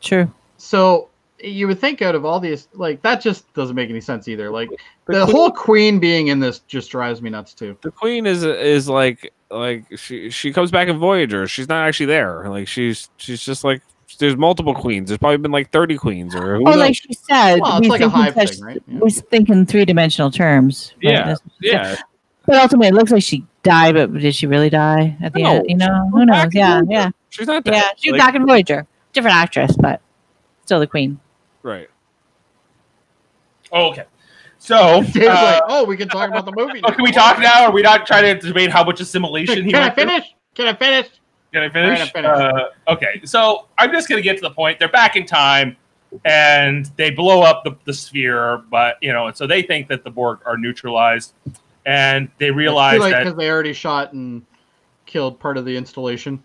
True.
So you would think out of all these, like that just doesn't make any sense either. Like the whole Queen being in this just drives me nuts too.
the queen is is like like she she comes back in Voyager. She's not actually there. Like she's she's just like there's multiple queens. There's probably been like thirty queens or who
Oh,
knows?
like she said,
Well,
we
it's like a
think in
hive
such-
thing, right? Yeah.
We think in three dimensional terms. right?
Yeah.
That's-
yeah.
But ultimately, it looks like she died. But did she really die at the
No.
end? You know, who knows?
back in
Yeah,
Voyager.
yeah,
She's not there.
yeah. She was
Like,
back in Voyager, different actress, but still the queen.
right.
Oh, okay. So,
Dave's
uh,
like, oh, we can talk about the movie.
oh, can we talk now? Are we not trying to debate how much assimilation he
Can I
went through?
finish? Can I finish?
Can I finish?
All right, I'm
Uh, okay, so I'm just gonna get to the point. They're back in time, and they blow up the, the sphere. But you know, and so they think that the Borg are neutralized, and they realize that
because they already shot and killed part of the installation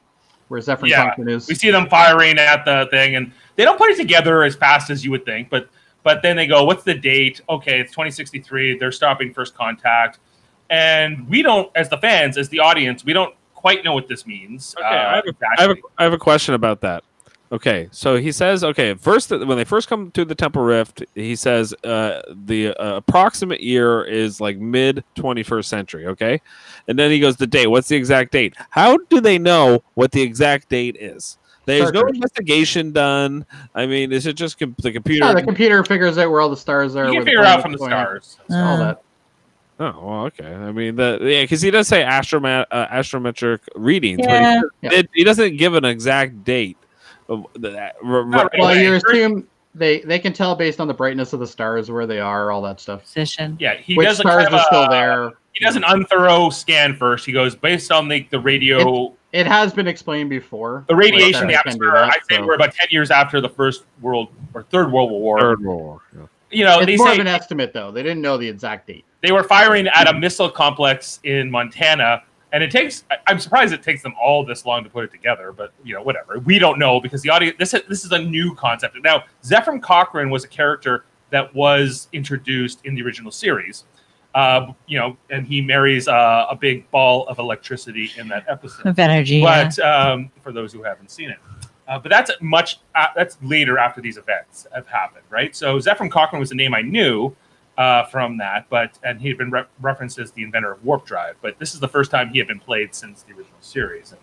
where Zephyr
Yeah,
Compton is.
we see them firing at the thing, and they don't put it together as fast as you would think. But but then they go, "What's the date? Okay, it's 2063. They're stopping first contact." And we don't, as the fans, as the audience, we don't quite know what this means. Uh,
Okay, I have I have, a, I have a question about that. Okay, so he says, okay, first when they first come to the Temple Rift, he says uh, the uh, approximate year is like mid 21st century. Okay, and then he goes, the date. What's the exact date? How do they know what the exact date is? There's no
Starkers.
investigation done. I mean, is it just com- the computer?
Yeah, the computer figures out where all the stars are.
you
where
can figure out from the
planets are,
stars.
All
Uh,
that.
oh, well, okay. I mean, the yeah, because he does say astroma- uh, astrometric readings,
Yeah.
but he, it, he doesn't give an exact date. Of uh, that, r-
Not
r-
Well, you
Anyway, first-
assume they they can tell based on the brightness of the stars where they are, all that stuff.
Position.
Yeah, he
Which
does a
stars
kind of
are still
a-
there?
He does an unthorough scan first. He goes based on the, the radio,
It has been explained before.
the
Like,
radiation, the
that can do
atmosphere.
that,
I say
so.
we're about ten years after the first world or third world war.
Third World War. yeah.
You know, they
It's more
say
of an estimate though. They didn't know the exact date.
they were firing at a missile complex in Montana, and it takes. I- I'm surprised it takes them all this long to put it together, but you know, whatever. We don't know because the audience. This is, this is a new concept. Now, Zephyr Cochrane was a character that was introduced in the original series. Uh, you know, and he marries uh, a big ball of electricity in that episode.
Of energy. yeah.
but um, for those who haven't seen it. Uh, but that's much uh, that's later after these events have happened, right? So Zephram Cochrane was a name I knew uh, from that, but and he had been re- referenced as the inventor of warp drive. But this is the first time he had been played since the original series. And,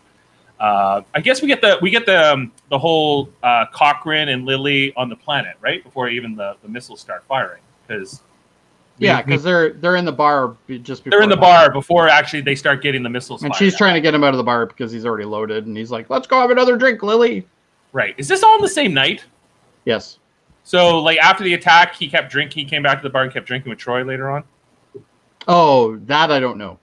uh, I guess we get the we get the um, the whole uh, Cochrane and Lily on the planet right before even the, the missiles start firing because
Yeah, because they're they're in the bar be- just before
they're in the
that.
bar before actually they start getting the missiles.
And
fired
she's
at.
trying to get him out of the bar because he's already loaded, and he's like, "Let's go have another drink, Lily."
right. Is this all on the same night?
Yes,
So, like after the attack, he kept drinking. He came back to the bar and kept drinking with Troy later on.
Oh, that I don't know.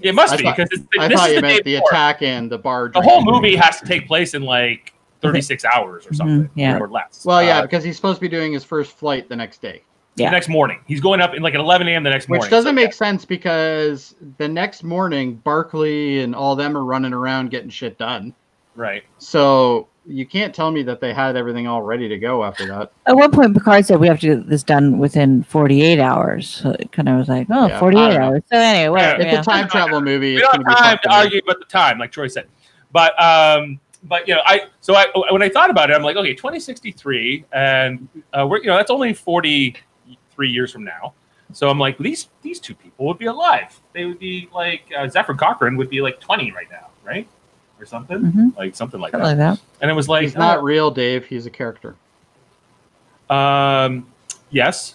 It must
I
be
thought-
because it's-
I
this
thought
is
you
the, day
meant the
before.
attack and the barge.
The whole movie has to take place in like 36 hours or something,
Mm-hmm. yeah.
or less.
Well, yeah,
Uh,
because he's supposed to be doing his first flight the next day,
Yeah.
the next morning he's going up in like at 11 a.m. the next
which
morning.
doesn't
So,
make sense because the next morning Barkley and all them are running around getting shit done.
right.
So you can't tell me that they had everything all ready to go after that.
At one point, Picard said we have to get this done within 48 hours. So it kind of was like, oh,
Yeah,
48
I don't know.
hours. So anyway, whatever.
It's
Yeah.
a time travel movie.
We
it's
don't
gonna
have
be
time to
fucking-
argue about the time, like Troy said. But um, but you know, I so I when I thought about it, I'm like, okay, 2063, and uh, we're you know that's only 43 years from now. So I'm like, these these two people would be alive. They would be like uh, Zephyr Cochran would be like 20 right now, right, or something
Mm-hmm.
Mhm.
like something like
Something
that.
like that.
And it was like,
He's not real, Dave. He's a character.
um, yes,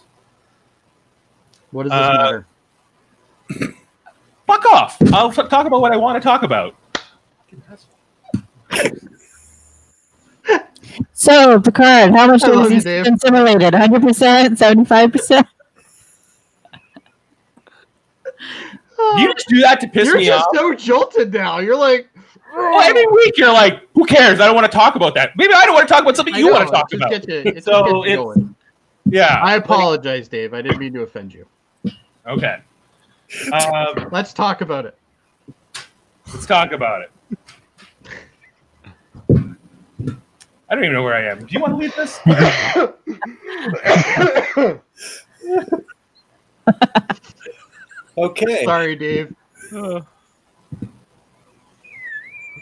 What does this
Uh,
matter?
fuck off. I'll t- talk about what I want to talk about.
So, Picard, how much
I love
was
you,
this
Dave.
simulated? 100%, 75%?
You just do that to piss
You're
me
just
off.
so jolted now. You're like,
Well, every week you're like, who cares? I don't want to talk about that. Maybe I don't want to talk about something
I
you
know,
want to
it
talk
just
about.
gets you- it just
So
gets you
it's-
going.
Yeah.
I apologize, Dave. I didn't mean to offend you.
Okay. Um,
Let's talk about it.
let's talk about it. I don't even know where I am. Do you want to leave this?
Okay.
Sorry, Dave.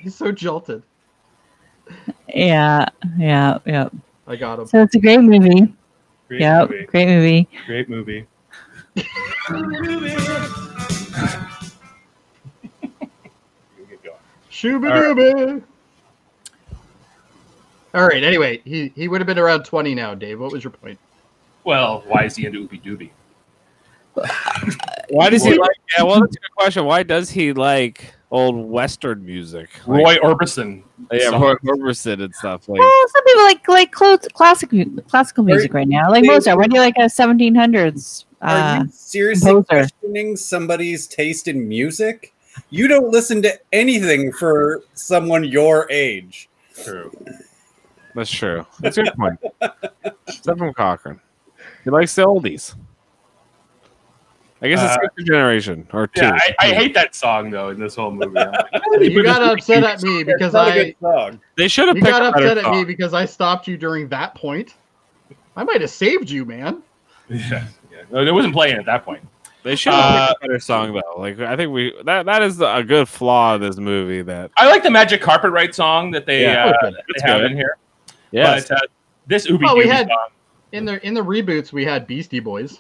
He's so jolted.
Yeah, yeah, yeah.
I got him.
So it's a great movie.
Great
Yeah,
movie.
great movie.
Great movie. You get going.
Shooba-dooba. All right. Anyway, he, he would have been around 20 now, Dave. What was your point?
Well, why is he into Oopie Doobie?
Why does he
Roy-
like? Yeah, well, that's a good question. Why does he like old Western music? Like,
Roy Orbison.
yeah,
song.
Roy Orbison and stuff. Like,
Well, some people like like close, classic mu- classical music right now, like
Dave-
Mozart. Why do you like a 1700s?
Are
Uh,
you seriously
composer.
questioning somebody's taste in music? You don't listen to anything for someone your age.
True.
that's true. That's a good point. Stephen Cochran. He likes the oldies. I guess it's
Uh,
second generation or two.
Yeah, I, I hate that song though in this whole movie. I'm like, "Why would he
You
put
got
this
upset
Oopie
at me
It's
because
not a
I
good song.
They should have
you
picked a
got
better
upset at me
song.
because I stopped you during that point. I might have saved you, man.
Yeah, yeah. No, it wasn't playing at that point.
They should have picked a better song though. Like I think we that that is a good flaw of this movie. That
I like the Magic Carpet Ride song that they,
Yeah. Oh,
uh,
Okay.
that
That's
they have
good.
in here.
yes,
But uh, this Ubi
Well, we
Dooby
had-
song,
In the in the reboots, we had Beastie Boys.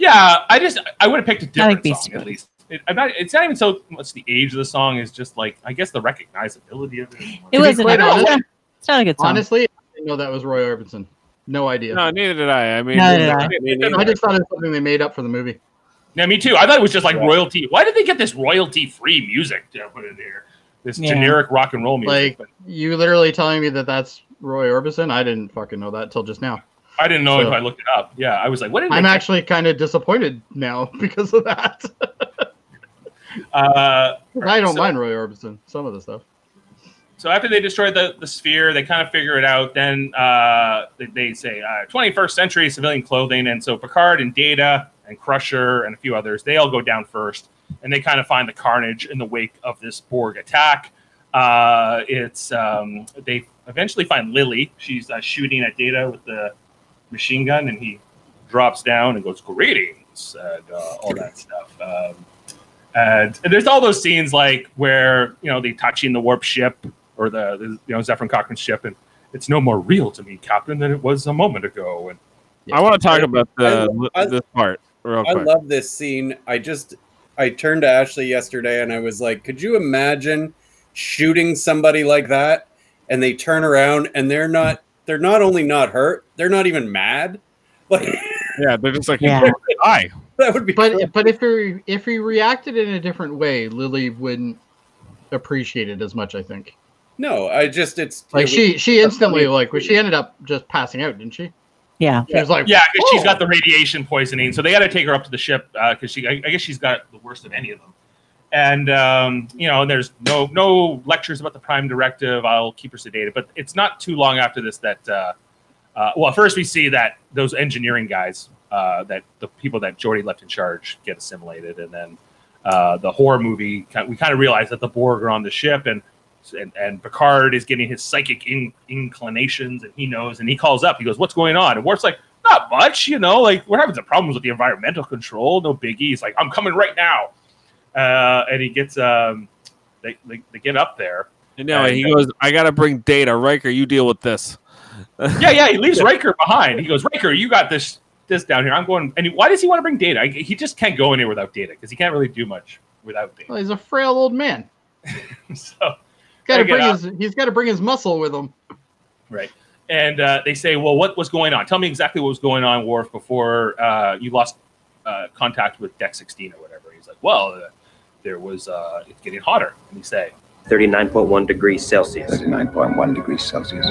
yeah, I just I would have picked a
I
different
like Beastie
song at least. It, I'm not, it's not even so much the age of the song is just like I guess the recognizability of it.
it
be
wasn't.
quite
it's,
honest-
not, it's not a good song.
Honestly, I didn't know that was Roy Orbison. No idea.
no, neither did I. I mean,
Neither did I.
I just thought it was something they made up for the movie.
yeah, me too. I thought it was just like royalty. Why did they get this royalty free music to put in here? This
Yeah.
generic rock and roll music.
Like-
but
You literally telling me that that's Roy Orbison? I didn't fucking know that till just now.
I didn't know
So-
if I looked it up. Yeah, I was like, what did
I'm
they-
actually kind of disappointed now because of that.
uh,
I don't
so-
mind Roy Orbison. Some of the stuff.
So after they destroy the, the sphere, they kind of figure it out. Then uh, they, they say uh, 21st century civilian clothing. And so Picard and Data and Crusher and a few others, they all go down first. And they kind of find the carnage in the wake of this Borg attack. Uh, it's um, They eventually find Lily. She's uh, shooting at Data with the machine gun. And he drops down and goes, greetings, and uh, all that stuff. Um, and, and there's all those scenes like where you know they touching the warp ship or the, the you know Zephyr Cochran's ship, and it's no more real to me, Captain, than it was a moment ago. And
I want to talk about
I
the
I-
this part real
I
quick.
love this scene. I just I turned to Ashley yesterday and I was like, could you imagine shooting somebody like that? And they turn around and they're not they're not only not hurt, they're not even mad. Like
yeah, they're just like,
Yeah.
hi.
that would be
But but if he if he reacted in a different way, Lily wouldn't appreciate it as much. I think.
no, I just it's
Like
it
she she instantly
funny-
like she ended up just passing out, didn't she?
yeah.
She was like,
yeah, 'cause she's
"Whoa."
uh, got the radiation poisoning, so they got to take her up to the ship because she I, I guess she's got the worst of any of them. and um, you know, there's no no lectures about the Prime Directive. I'll keep her sedated, but it's not too long after this that, uh, uh, well, first we see that those engineering guys, uh, that the people that Jordy left in charge, get assimilated, and then uh, the horror movie. ki- We kind of realize that the Borg are on the ship, and and, and Picard is getting his psychic in, inclinations, and he knows, and he calls up. He goes, "What's going on?" And Worf's like, "Not much, you know. Like we're having some problems with the environmental control. No biggie." He's like, "I'm coming right now." uh, and he gets um, they, they they get up there.
And now
And,
he
uh,
goes, I gotta bring data. Riker, you deal with this.
Yeah, yeah. He leaves Riker behind. He goes, Riker, you got this this down here. I'm going. And he- why does he want to bring data? I, he just can't go anywhere without data because he can't really do much without data.
Well, he's a frail old man.
So
Got to
Gotta get
bring
out.
his. He's got to bring his muscle with him.
right. And uh, they say, well, what was going on? Tell me exactly what was going on, Worf, before uh, you lost uh, contact with Deck 16 or whatever. He's like, well, uh, there was uh, it's getting hotter. And he say,
39.1 degrees Celsius.
39.1 degrees Celsius.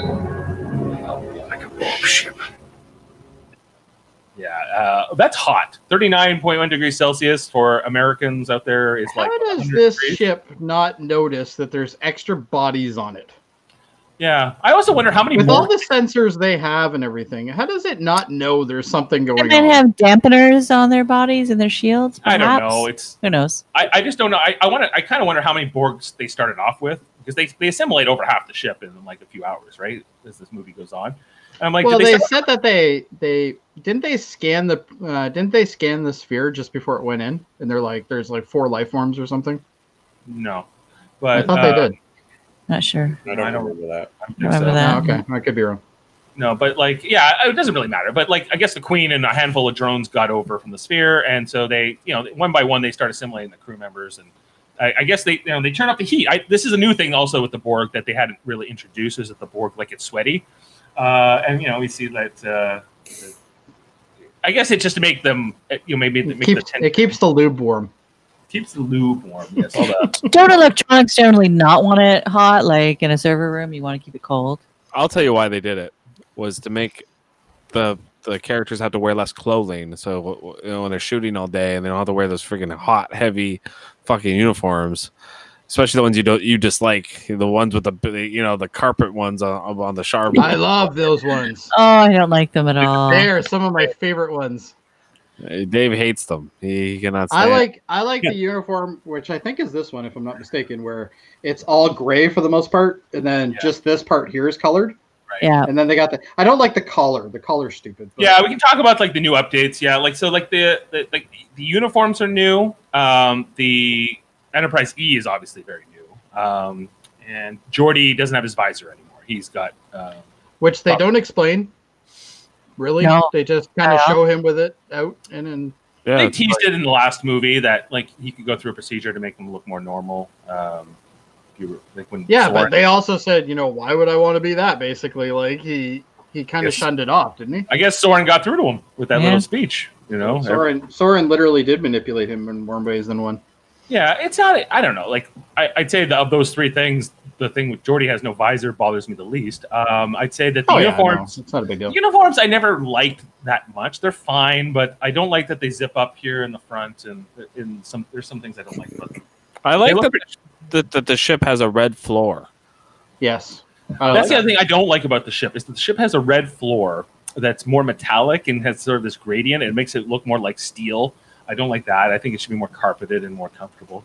yeah, uh, that's hot. 39.1 degrees Celsius for Americans out there is like
How does this ship not notice that there's extra bodies on it?
Yeah, I also wonder how many
With
more.
all the sensors they have and everything, how does it not know there's something
And
going
then
on?
have dampeners on their bodies and their shields.
I don't
perhaps?
know. It's
who knows.
I, I just don't know. I, I want to. I kind of wonder how many Borgs they started off with because they, they assimilate over half the ship in like a few hours, right? As this movie goes on, and I'm like,
well,
did
they,
they,
said that they they didn't they scan the uh, didn't they scan the sphere just before it went in, and they're like, there's like four life forms or something.
no, but
I thought
uh,
they did.
Not sure.
I don't remember that.
I'm just,
Remember
uh,
that?
Oh, okay, I could be wrong.
No, but like, yeah, it doesn't really matter. But like, I guess the queen and a handful of drones got over from the sphere, and so they, you know, one by one they start assimilating the crew members, and I, I guess they, you know, they turn up the heat. I, this is a new thing also with the Borg that they hadn't really introduced is that the Borg like it's sweaty, uh, and you know we see that. Uh, the- I guess it's just to make them, uh, you know, maybe
It
make
keeps
the tent
it keeps the lube warm.
keeps the lube warm. Yes, all the
Don't electronics generally not want it hot? Like in a server room, you want to keep it cold.
I'll tell you why they did it was to make the the characters have to wear less clothing. So you know, when they're shooting all day and they don't have to wear those freaking hot, heavy, fucking uniforms, especially the ones you don't you dislike, the ones with the b- you know the carpet ones on, on the sharp.
I love those ones.
Oh, I don't like them at all.
They are some of my favorite ones.
Uh, Dave hates them. He, he cannot.
I
stand-
like I like the uniform, which I think is this one, if I'm not mistaken, where it's all gray for the most part, and then just this part here is colored.
Yeah.
And then they got the I don't like the collar. The collar's stupid. but-
Yeah, we can talk about like the new updates. Yeah, like so, like the, the like the uniforms are new. Um, the Enterprise E is obviously very new. Um, and Jordy doesn't have his visor anymore. He's got. Um,
which they don't explain. Really,
No.
they just kind of
Yeah.
show him with it out, and then
Yeah,
they
it's
teased
like-
it in the last movie that like he could go through a procedure to make him look more normal. Um, if you, re- like when
yeah,
Soren-
but they also said, you know, why would I want to be that? Basically, like he he kind of
Yes.
shunned it off, didn't he?
I guess Soren got through to him with that
Yeah.
little speech. You know,
Soren Soren literally did manipulate him in more ways than one.
Yeah, it's not. I don't know. Like I, I'd say that of those three things, the thing with Jordy has no visor bothers me the least. Um, I'd say that the
Oh yeah, no,
uniforms,
it's not a big deal.
uniforms, I never liked that much. They're fine, but I don't like that they zip up here in the front and in some. There's some things I don't like. About them.
I like
They look
that, that, that the ship has a red floor.
Yes, I
That's
like
the
that.
other thing I don't like about the ship is that the ship has a red floor that's more metallic and has sort of this gradient. It makes it look more like steel. I don't like that. I think it should be more carpeted and more comfortable.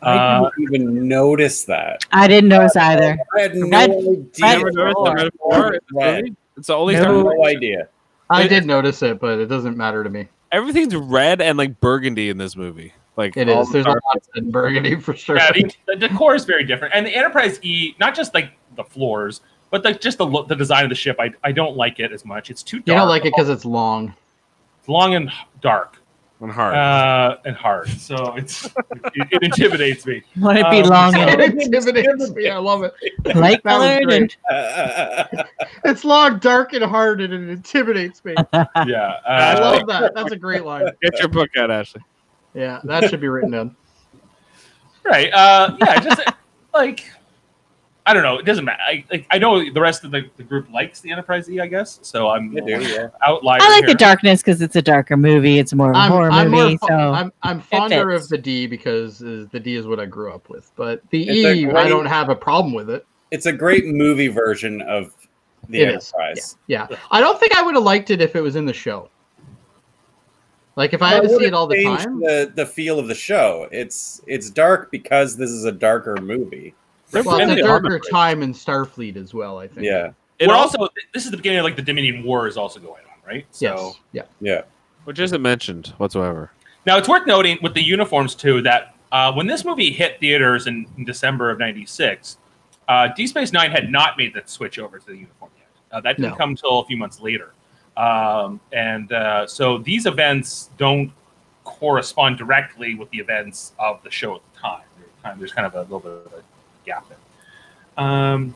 I
Uh,
didn't even notice that.
I didn't notice either.
I had no
Red-
idea.
red
Remember the red floor?
Red.
It's the only time
No idea.
I
it-
did notice it, but it doesn't matter to me.
everything's red and like burgundy in this movie. Like
It
all
is.
the
There's a
dark-
lot in burgundy for sure.
Yeah, the, the decor is very different, and the Enterprise E, not just like the floors, but the, just the look, the design of the ship. I, I don't like it as much. It's too dark.
you don't like it because it's long.
it's long and dark
and hard.
uh, and hard. So it's it, it intimidates me.
Let it be
Um,
long
it
and
intimidates me. I love it.
light
That Oh, was
colored
great.
and
It's long, dark, and hard, and it intimidates me.
Yeah,
I
uh,
love that. That's a great line.
Get your book out, Ashley.
Yeah, that should be written down.
right. Uh, yeah, just like I don't know. It doesn't matter. I, like, I know the rest of the, the group likes the Enterprise E, I guess. So I'm outlier.
I like the
here.
darkness because it's a darker movie. It's more of a
I'm,
horror
I'm,
movie.
more, fo-
so
I'm, I'm
it
fonder
fits.
of the D because uh, the D is what I grew up with. But the
It's a
E, I
great-
don't have a problem with it.
It's a great movie version of the
It is,
Enterprise.
Yeah. I don't think I would have liked it if it was in the show. Like if I had to see
wouldn't
it all the
change
time.
The, the feel of the show. It's it's dark because this is a darker movie.
Well, it's a darker time in Starfleet as well, I think.
Yeah.
We're also this is the beginning of like the Dominion War is also going on, right? So
Yes. Yeah.
Yeah.
Which isn't mentioned whatsoever.
now it's worth noting with the uniforms too that uh, when this movie hit theaters in, in December of '96, uh, D Space Nine had not made the switch over to the uniform yet. Uh, that didn't
No.
come until a few months later, um, and uh, so these events don't correspond directly with the events of the show at the time. There's kind of- There's kind of a little bit of a gap there. Um,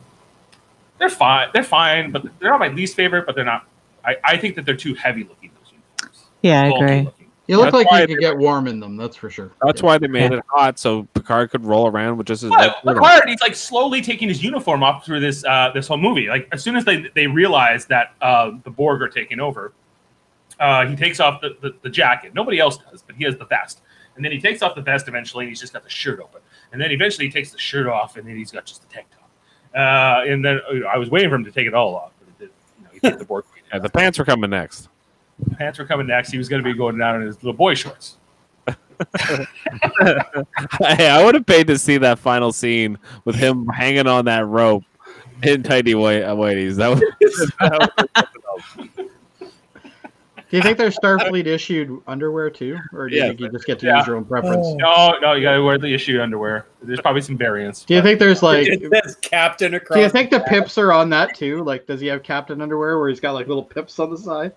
they're fine. They're fine, but they're not my least favorite. But they're not. I, I think that they're too heavy looking. Those uniforms.
yeah, I
Bulky
agree.
looking.
You look
That's
like
why
you could get warm in them, that's for sure.
That's
Yeah.
why they made it hot so Picard could roll around with just his.
But
left foot on.
Picard, he's like slowly taking his uniform off through this uh, this whole movie. Like as soon as they they realize that uh, the Borg are taking over, uh, he takes off the, the, the jacket. Nobody else does, but he has the vest. And then he takes off the vest eventually, and he's just got the shirt open. And then eventually he takes the shirt off, and then he's got just the tank top. Uh, and then you know, I was waiting for him to take it all off, but it did, you know, he did the Borg.
Yeah, the pants were coming next.
pants were coming next. He was going to be going down in his little boy shorts.
hey, I would have paid to see that final scene with him hanging on that rope in tidy white uh, whiteies. That was,
Do you think there's Starfleet issued underwear too? Or do you
Yeah.
think you just get to
Yeah.
use your own preference?
No, no, you got to wear the issue underwear. There's probably some variance.
Do you
but-
think there's like
It says Captain across.
do you think the pips are on that too? Like, does he have captain underwear where he's got like little pips on the side?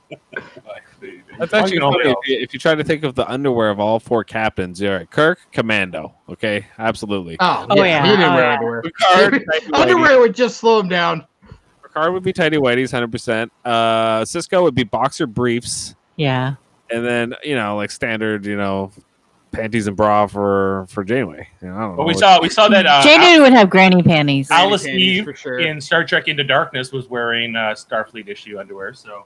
that's actually funny. If you, if you try to think of the underwear of all four captains, you're right. Kirk, Commando. Okay, absolutely.
Oh,
Oh, yeah.
he didn't
Oh,
wear
yeah.
underwear.
Uh, Picard, tidy whities.
underwear would just slow him down.
Picard would be tidy whiteies, hundred percent. Uh, Cisco would be boxer briefs.
Yeah.
and then you know like standard you know panties and bra for for Janeway. You know, I don't
But
know
we
what-
saw we saw that uh,
Jane would have granny panties.
Al- Alice
Panties
Eve
for sure.
in Star Trek Into Darkness was wearing uh, Starfleet issue underwear. So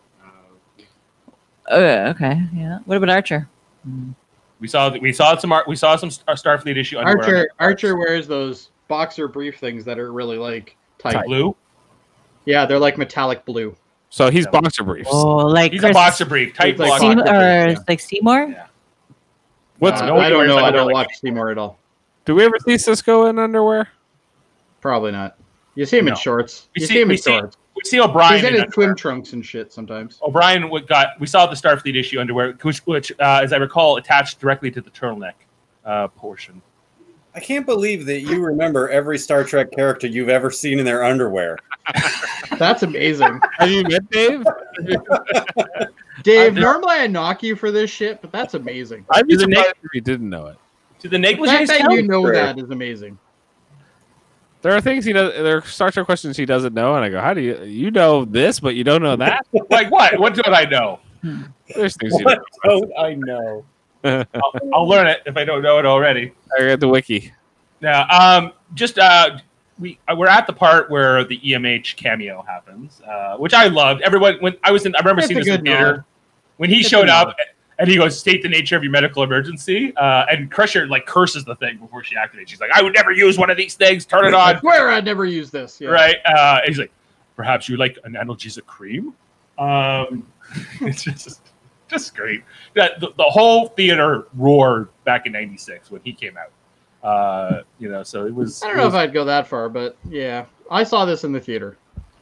uh,
Uh, okay. Yeah. What about Archer? Mm.
we saw we saw some ar- we saw some Star- Starfleet issue underwear.
Archer Archer wears those boxer brief things that are really like tight.
Tight.
blue.
Yeah, they're like metallic blue.
so he's boxer briefs.
Oh, like
He's a
Chris
boxer brief, tight
He's like
boxer.
Seymour,
boxer
or
brief,
like Seymour.
What's
Uh,
no one
I don't
wears
know. I
underwear
don't
like
watch Seymour at all.
do we ever see Cisco in underwear?
Probably not. You see him in
No.
shorts.
We
you
see-
see him
we
in
see
shorts.
We see O'Brien.
He's in
in
his
underwear.
swim trunks and shit sometimes.
O'Brien would got we saw the Starfleet issue underwear, which which uh, as I recall attached directly to the turtleneck uh, portion.
I can't believe that you remember every Star Trek character you've ever seen in their underwear.
That's amazing.
Have you met Dave?
Dave, normally I knock you for this shit, but that's amazing.
I'd be
He's a
surprised
Nick.
if he didn't know it.
To the
The fact
negligence
that you know
Sure.
that is amazing.
There are things he does. There are Star Trek questions he doesn't know, and I go, "How do you you know this, but you don't know that?"
like what? What don't I know?
There's things you
What
don't.
don't I know?
I'll, I'll learn it if I don't know it already.
I read the wiki.
Yeah. Um. Just uh, we uh, we're at the part where the EMH cameo happens, uh, which I loved. Everyone when I was in, I remember
It's
seeing
a
this in
good
theater
nod.
when he
It's a
showed
nod.
up and he goes, "State the nature of your medical emergency," uh, and Crusher like curses the thing before she activates. She's like, "I would never use one of these things. Turn it
I
on."
swear I'd never use this. Yeah.
Right. Uh, and he's like, "Perhaps you like an analgesic cream." Um, it's just just great. That the, the whole theater roared back in '96 when he came out. Uh, you know, so it was.
I
it
don't know
was-
if I'd go that far, but yeah. I saw this in the theater.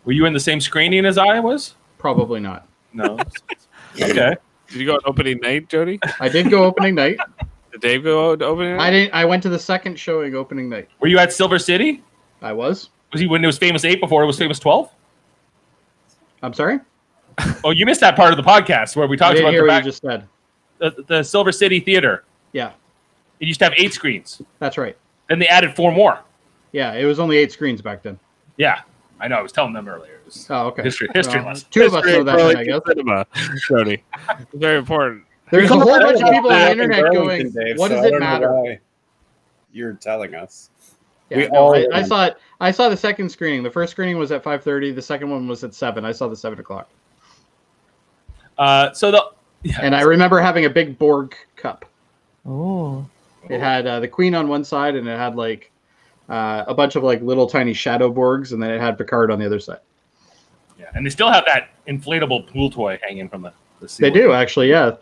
Were you in the same screening as I was?
Probably not.
No. okay.
Did you go on opening night, Jody?
I did go opening night.
Did Dave go on opening night?
I didn't I went to the second showing opening night.
Were you at Silver City?
I was.
Was he when it was famous eight before it was famous twelve?
I'm sorry?
Oh, you missed that part of the podcast where we
I
talked
didn't
about
hear
the,
what
back,
you just said.
the, the Silver City Theater.
Yeah,
It used to have eight screens.
that's right.
Then they added four more.
Yeah, it was only eight screens back then.
Yeah, I know. I was telling them earlier. It was
Oh, okay.
history history
Well,
lesson.
Two of us know
History
that,
for,
then,
like,
I guess.
cinema, Jody. It's very important.
There's a whole bunch of people on the
Happened in
internet going,
Burlington, Dave,
what
so
does
I
it
don't know
matter?
why You're telling us.
Yeah,
We
no,
all-
I, I saw it. I saw the second screening. The first screening was at five thirty. The second one was at seven. I saw the seven o'clock.
Uh, so the
and I remember having a big Borg cup.
Oh.
It had uh, the Queen on one side, and it had like uh, a bunch of like little tiny shadow Borgs, and then it had Picard on the other side.
Yeah, and they still have that inflatable pool toy hanging from the,
They
the ceiling
do actually, yeah.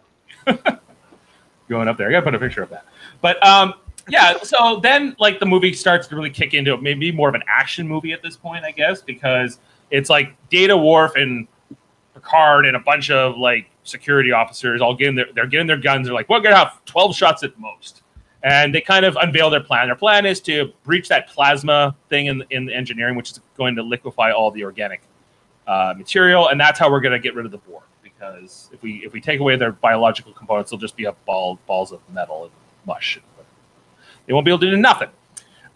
going up there. I gotta put a picture of that. But um, yeah, so then like the movie starts to really kick into maybe more of an action movie at this point, I guess, because it's like Data Wharf and Picard and a bunch of like security officers all getting their they're getting their guns. They're like, we're gonna have twelve shots at most, and they kind of unveil their plan. Their plan is to breach that plasma thing in in the engineering, which is going to liquefy all the organic uh, material, and that's how we're gonna get rid of the Borg. Because if we if we take away their biological components, they'll just be a ball balls of metal and mush. They won't be able to do nothing.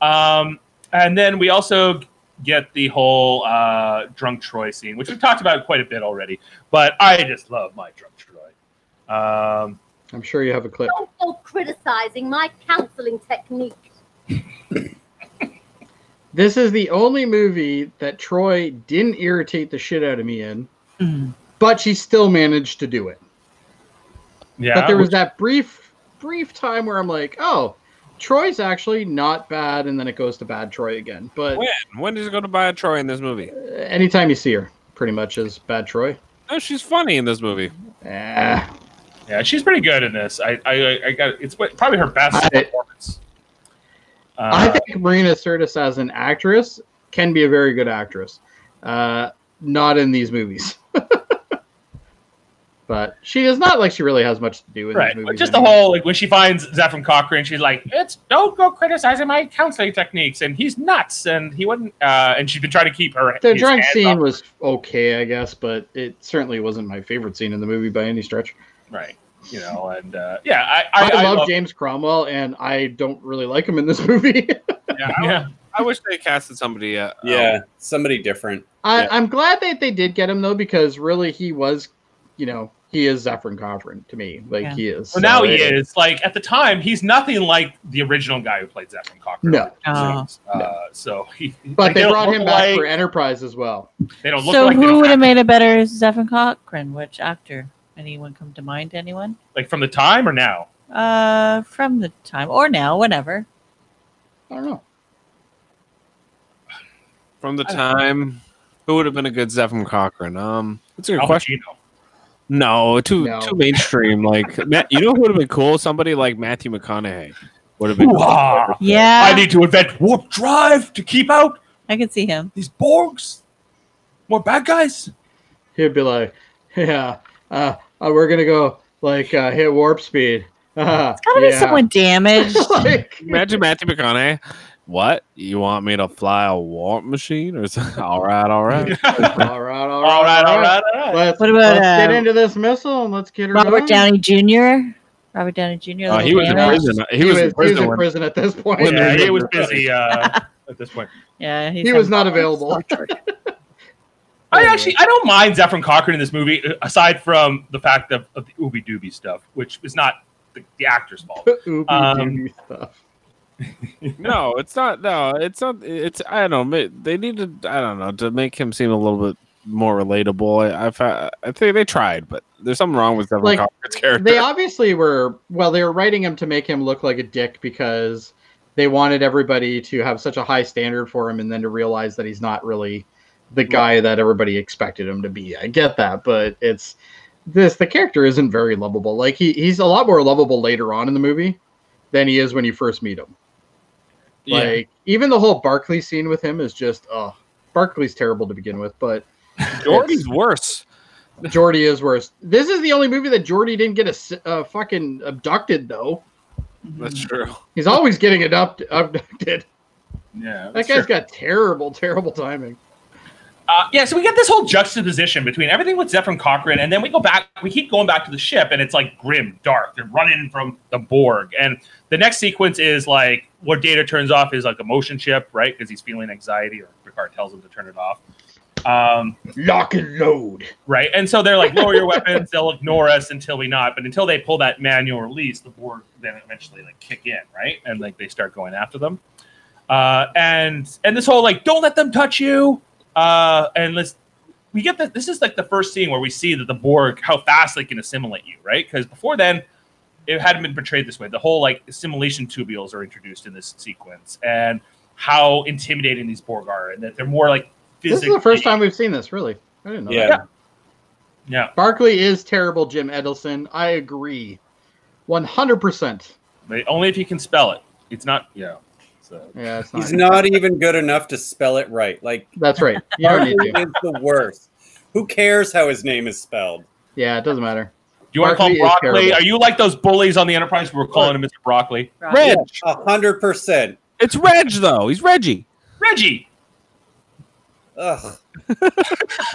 Um, and then we also get the whole uh, drunk Troy scene, which we've talked about quite a bit already. But I just love my drunk Troy. Um,
I'm sure you have a clip.
Don't go criticizing my counseling technique.
This is the only movie that Troy didn't irritate the shit out of me in,
Hmm.
but she still managed to do it.
Yeah,
but there was
which-
that brief, brief time where I'm like, oh, Troy's actually not bad, and then it goes to bad Troy again. But
when? When does it go to bad Troy in this movie?
anytime you see her, pretty much is bad Troy. Eh.
No, she's funny in this movie.
Uh, Yeah, she's pretty good in this. I I, I got it's probably her best performance.
I
Uh,
think Marina Sirtis as an actress can be a very good actress. Uh, not in these movies. but she is not like she really has much to do in
right,
these
but
movies.
just the
anyway.
whole like when she finds Zephyr Cochrane, she's like, "It's don't go criticizing my counseling techniques," and he's nuts, and he wouldn't. Uh, and she's been trying to keep her.
The
his
drunk
hands
scene
off-
was okay, I guess, but it certainly wasn't my favorite scene in the movie by any stretch.
right? You know, and uh, yeah, I
I,
I,
love, James Cromwell, and I don't really like him in this movie.
Yeah, I, yeah. I wish they casted somebody. Uh,
Yeah, somebody different.
I, I'm glad that they did get him though, because really he was, you know, he is Zephyr Cochran to me. Like
Yeah.
he is.
Well, now
So
he
it-
is. Like at the time, he's nothing like the original guy who played Zephyr Cochrane.
No.
uh,
No.
so he.
But
like,
they,
don't
brought
look
him back
alike.
for Enterprise as well.
They don't look
So
like they
who
don't
would have
act
made a better Zephyr Cochran? Which actor? Anyone come to mind? Anyone?
like from the time or now.
Uh, from the time or now, whenever.
I don't know.
From the time, who would have been a good Zephyr Cochran? Um, that's a good
Al
question.
Pacino.
No, too
No.
too mainstream. Like Matt, you know who would have been cool? Somebody like Matthew McConaughey would have been.
Hoo-ha!
Yeah.
I need to invent warp drive to keep out
I could see him.
these Borgs. More bad guys.
He'd be like, yeah, uh, uh, we're gonna go like uh, hit warp speed. it's
Gotta be someone damaged.
Imagine Matthew McConaughey. What you want me to fly a warp machine or something? All right, all right.
all right, all right,
All right, all right, all right.
Let's,
What about,
let's get
um,
into this missile and let's get her
Robert Downey
done.
Jr. Robert Downey Jr.
Uh,
Oh, he
little
was in
damage.
prison. He was in prison when-
at this point.
when
Yeah,
they-
he was busy uh, at this point.
Yeah,
he was not available.
I actually I don't mind Zephyr Cochran in this movie, uh, aside from the fact of, of the Ooby Dooby stuff, which is not the, the actor's fault.
Ooby
Um,
dooby stuff.
no, it's not. No, it's not. It's I don't know. ma- They needed I don't know to make him seem a little bit more relatable. I I, fa- I think they tried, but there's something wrong with Devin
Like,
Cochran's character.
They obviously were well. They were writing him to make him look like a dick because they wanted everybody to have such a high standard for him, and then to realize that he's not really the guy that everybody expected him to be. I get that, but it's this. The character isn't very lovable. Like he, he's a lot more lovable later on in the movie than he is when you first meet him.
Yeah.
Like even the whole Barkley scene with him is just oh, Barkley's terrible to begin with, but
Jordy's worse.
Jordy is worse. This is the only movie that Jordy didn't get a s- uh, fucking abducted though.
That's true.
He's always getting abduct- abducted.
Yeah,
That guy's got terrible, terrible timing.
Uh, yeah, so we get this whole juxtaposition between everything with Zephyr Cochrane, and then we go back, we keep going back to the ship, and it's like grim, dark. They're running from the Borg. And the next sequence is like where Data turns off his like emotion chip, right? Because he's feeling anxiety, or Picard tells him to turn it off. Um,
Lock and load.
Right. And so they're like, lower your weapons, they'll ignore us until we not. But until they pull that manual release, the Borg then eventually like kick in, right? And like they start going after them. Uh, and and this whole like don't let them touch you. Uh, and let's we get that this is like the first scene where we see that the Borg how fast they can assimilate you, right? Because before then, it hadn't been portrayed this way. The whole like assimilation tubules are introduced in this sequence, and how intimidating these Borg are, and that they're more like
This is the first time we've seen this, really. I didn't know
Yeah.
that.
Yeah.
Barkley is terrible, Jim Edelson. I agree. 100%.
But only if you can spell it. It's not yeah. So
yeah, it's
He's not even good enough to spell it right. Like
That's right. You don't
Barkley
need to.
is the worst. Who cares how his name is spelled?
Yeah, it doesn't matter.
Do you want to call
Barkley
him
is
broccoli?
terrible.
Are you like those bullies on the Enterprise who were calling him Mr. Broccoli?
Reg, a hundred percent.
It's Reg though. He's Reggie.
Reggie.
Ugh.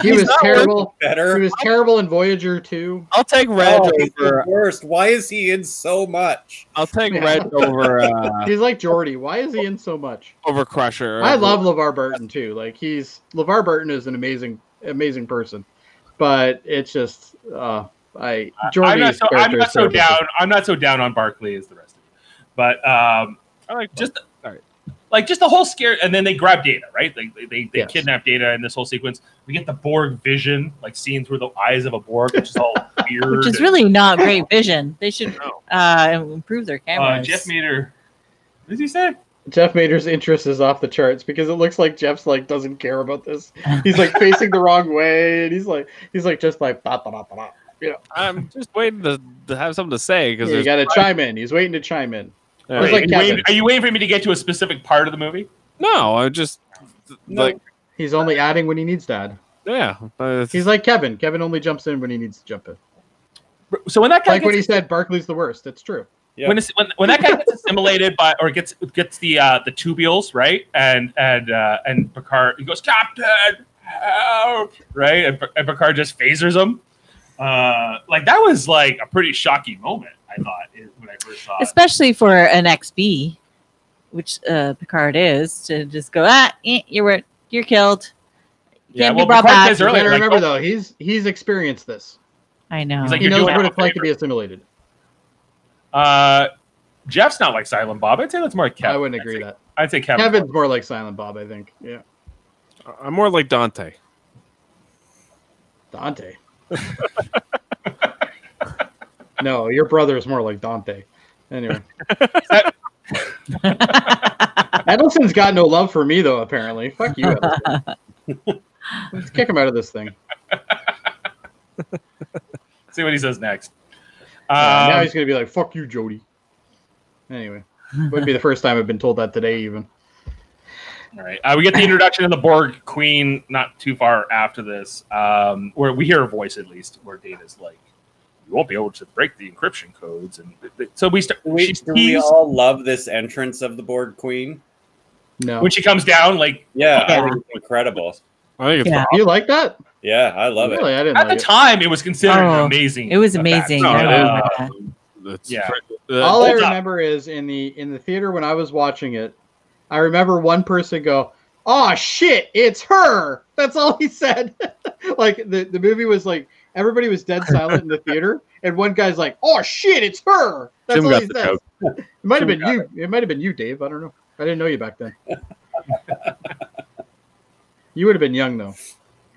He
He's
was
not
terrible.
working better.
He was terrible in Voyager 2.
I'll take
Reg
oh, he's the
over-
worst. Why is he in so much?
I'll take
Yeah.
Reg over uh,
He's like Jordy. Why is he in so much?
over Crusher.
I love LeVar Burton too. Like he's LeVar Burton is an amazing, amazing person, but it's just uh, I Jordy's
I'm not so, I'm
character
not
is
so
terrible.
down. I'm not so down on Barkley as the rest of you, but um, I like just like just the whole scare. And then they grab data, right? They they, they, they
Yes.
kidnap data in this whole sequence. We get the Borg vision, like seen through the eyes of a Borg, which is all weird.
which is
and-
really not great vision. They should uh, improve their
Uh,
cameras.
Jeff Meter. What did he say?
Jeff Mader's interest is off the charts because it looks like Jeff's like doesn't care about this. He's like facing the wrong way, and he's like he's like just like bah, bah, bah, bah, bah. you know.
I'm just waiting to, to have something to say because
Yeah, you got to chime in. He's waiting to chime in.
Yeah.
Just
Wait,
like
wait,
Kevin.
Are you waiting for me to get to a specific part of the movie?
No, I just like
He's only adding when he needs to add.
yeah. uh,
He's like Kevin. Kevin only jumps in when he needs to jump in.
So when that guy
like when he
gets-
said Barkley's the worst, it's true.
When, it's, when when that guy gets assimilated by or gets gets the uh, the tubules right and and uh, and Picard he goes Captain help right and, P- and Picard just phasers him uh, like that was like a pretty shocking moment I thought i- when I first saw it.
Especially for an XB, which uh, Picard is, to just go, ah, eh, you're, you're killed. You
Yeah,
can't
well,
be brought
Picard
back.
says earlier,
Gotta
like,
remember
oh-
though, he's he's experienced this.
I know.
He's like,
he
"You're
knows
doing
what
me a
it's like to
favor."
be assimilated.
Uh, Jeff's not like Silent Bob I'd say that's more like Kevin
I wouldn't agree that.
I'd say Kevin
Kevin's more like Silent Bob, I think. Yeah,
I'm more like Dante.
Dante. no, your brother is more like Dante. Anyway, Edelson's got no love for me though. Apparently, fuck you. Edelson. Let's kick him out of this thing.
see what he says next
Uh, now
Um,
he's gonna be like, "Fuck you, Jody." Anyway, wouldn't be the first time I've been told that today. Even
All right. Uh, we get the introduction of the Borg Queen not too far after this, um, where we hear a voice at least, where Data's like, "You won't be able to break the encryption codes," and th- th- so we start.
Do we,
she
do we
teased-
all love this entrance of the Borg Queen?
no.
when she comes down, like
Yeah, I
Yeah.
think it's incredible.
I think
Yeah.
you like that?
Yeah, I love it.
Really, I didn't.
at the
like it.
time, it was considered
Oh,
amazing.
it was
effect.
amazing. Oh
No,
I
it
remember
is.
that.
That's
Yeah.
the-
All I
Hold up.
remember is in the in the theater when I was watching it, I remember one person go, "Oh shit, it's her." That's all he said. like the the movie was like everybody was dead silent in the theater, and one guy's like, "Oh shit, it's her." That's
Jim
all
got
he
the
says.
joke.
It might have
Jim
been you. It. might have been you, Dave. I don't know. I didn't know you back then. you would have been young though.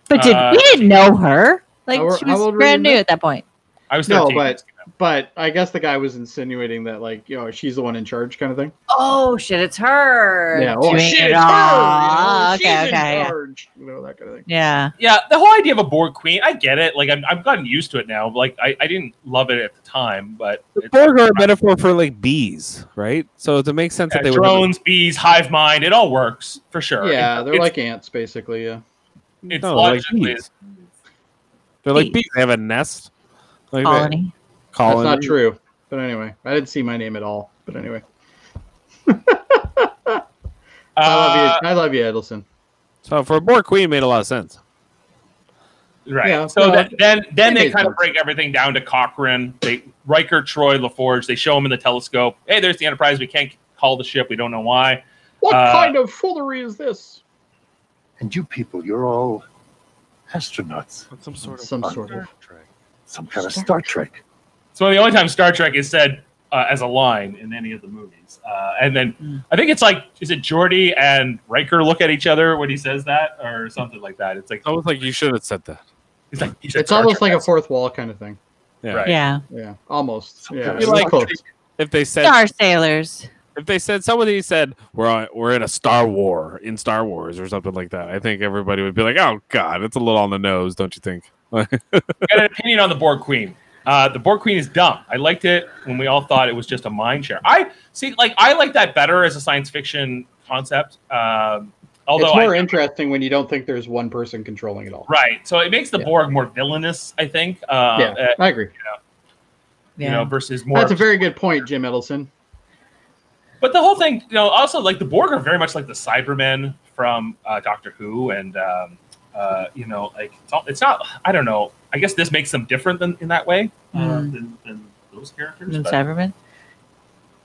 But did,
Uh,
we didn't know her. Like,
How o-
she
how old
was
were you
brand new
then?
at that point.
I was
No,
13.
but but I guess the guy was insinuating that like, you know, she's the one in charge kind of thing.
Oh, shit, it's her. Oh,
Yeah.
Doing
Oh shit, it's her.
it
you know,
all. Ah,
"Oh, she's
okay,
in
okay. Yeah.
charge. You know that kind of thing.
yeah.
yeah, the whole idea of a Borg Queen, I get it. Like I'm, I've gotten used to it now. Like I, I didn't love it at the time, but
The Borg are a metaphor for like bees, right? So it makes sense
yeah,
that they would.
drones, bees, hive mind, it all works for sure.
Yeah,
It's-
they're
it's-
like ants, basically. Yeah.
it's
no, they're like
logically
bees. They're like bees. They have a nest. Like they-
Colony.
colony.
That's not true. But anyway, I didn't see my name at all. But anyway, I
uh,
love you. I love you, Edelson.
So for a Borg queen, it made a lot of sense.
Right.
Yeah,
so
no,
th- then, then
it
they
made
kind of
sense.
break everything down to Cochrane. They Riker, Troy, LaForge. They show him in the telescope. Hey, there's the Enterprise. We can't call the ship. We don't know why.
What
Uh,
kind of foolery is this?
And you people, you're all astronauts.
Some sort
Some sort of.
Some kind of Star Trek.
It's one of the only times Star Trek has said uh, as a line in any of the movies. Uh, and
Hmm.
then I think it's like, is it Jordy and Riker look at each other when he says that or something like that? It's like
almost like you should have said that.
It's like you should
Oh, It's almost like a fourth wall kind of thing.
Yeah.
Right.
Yeah.
Yeah. Almost. Yeah.
It'd be like
Close.
if they said
Star sailors.
if they said somebody said we're on, we're in a Star War in Star Wars or something like that, I think everybody would be like, "Oh God, it's a little on the nose, don't you think?"
got an opinion on the Borg Queen. Uh, the Borg Queen is dumb. I liked it when we all thought it was just a mind share. I see, like I like that better as a science fiction concept. Um, although
it's more
I,
interesting when you don't think there's one person controlling it all.
right, so it makes the Borg more villainous. I think. Uh,
yeah,
uh,
I agree.
You know, versus more.
That's a very good point, Jim Edelson.
But the whole thing, you know, also like the Borg are very much like the Cybermen from uh, Doctor Who, and um, uh, you know, like it's, all, it's not. I don't know. I guess this makes them different than in that way uh,
Mm.
than, than those characters.
Than
but-
Cybermen.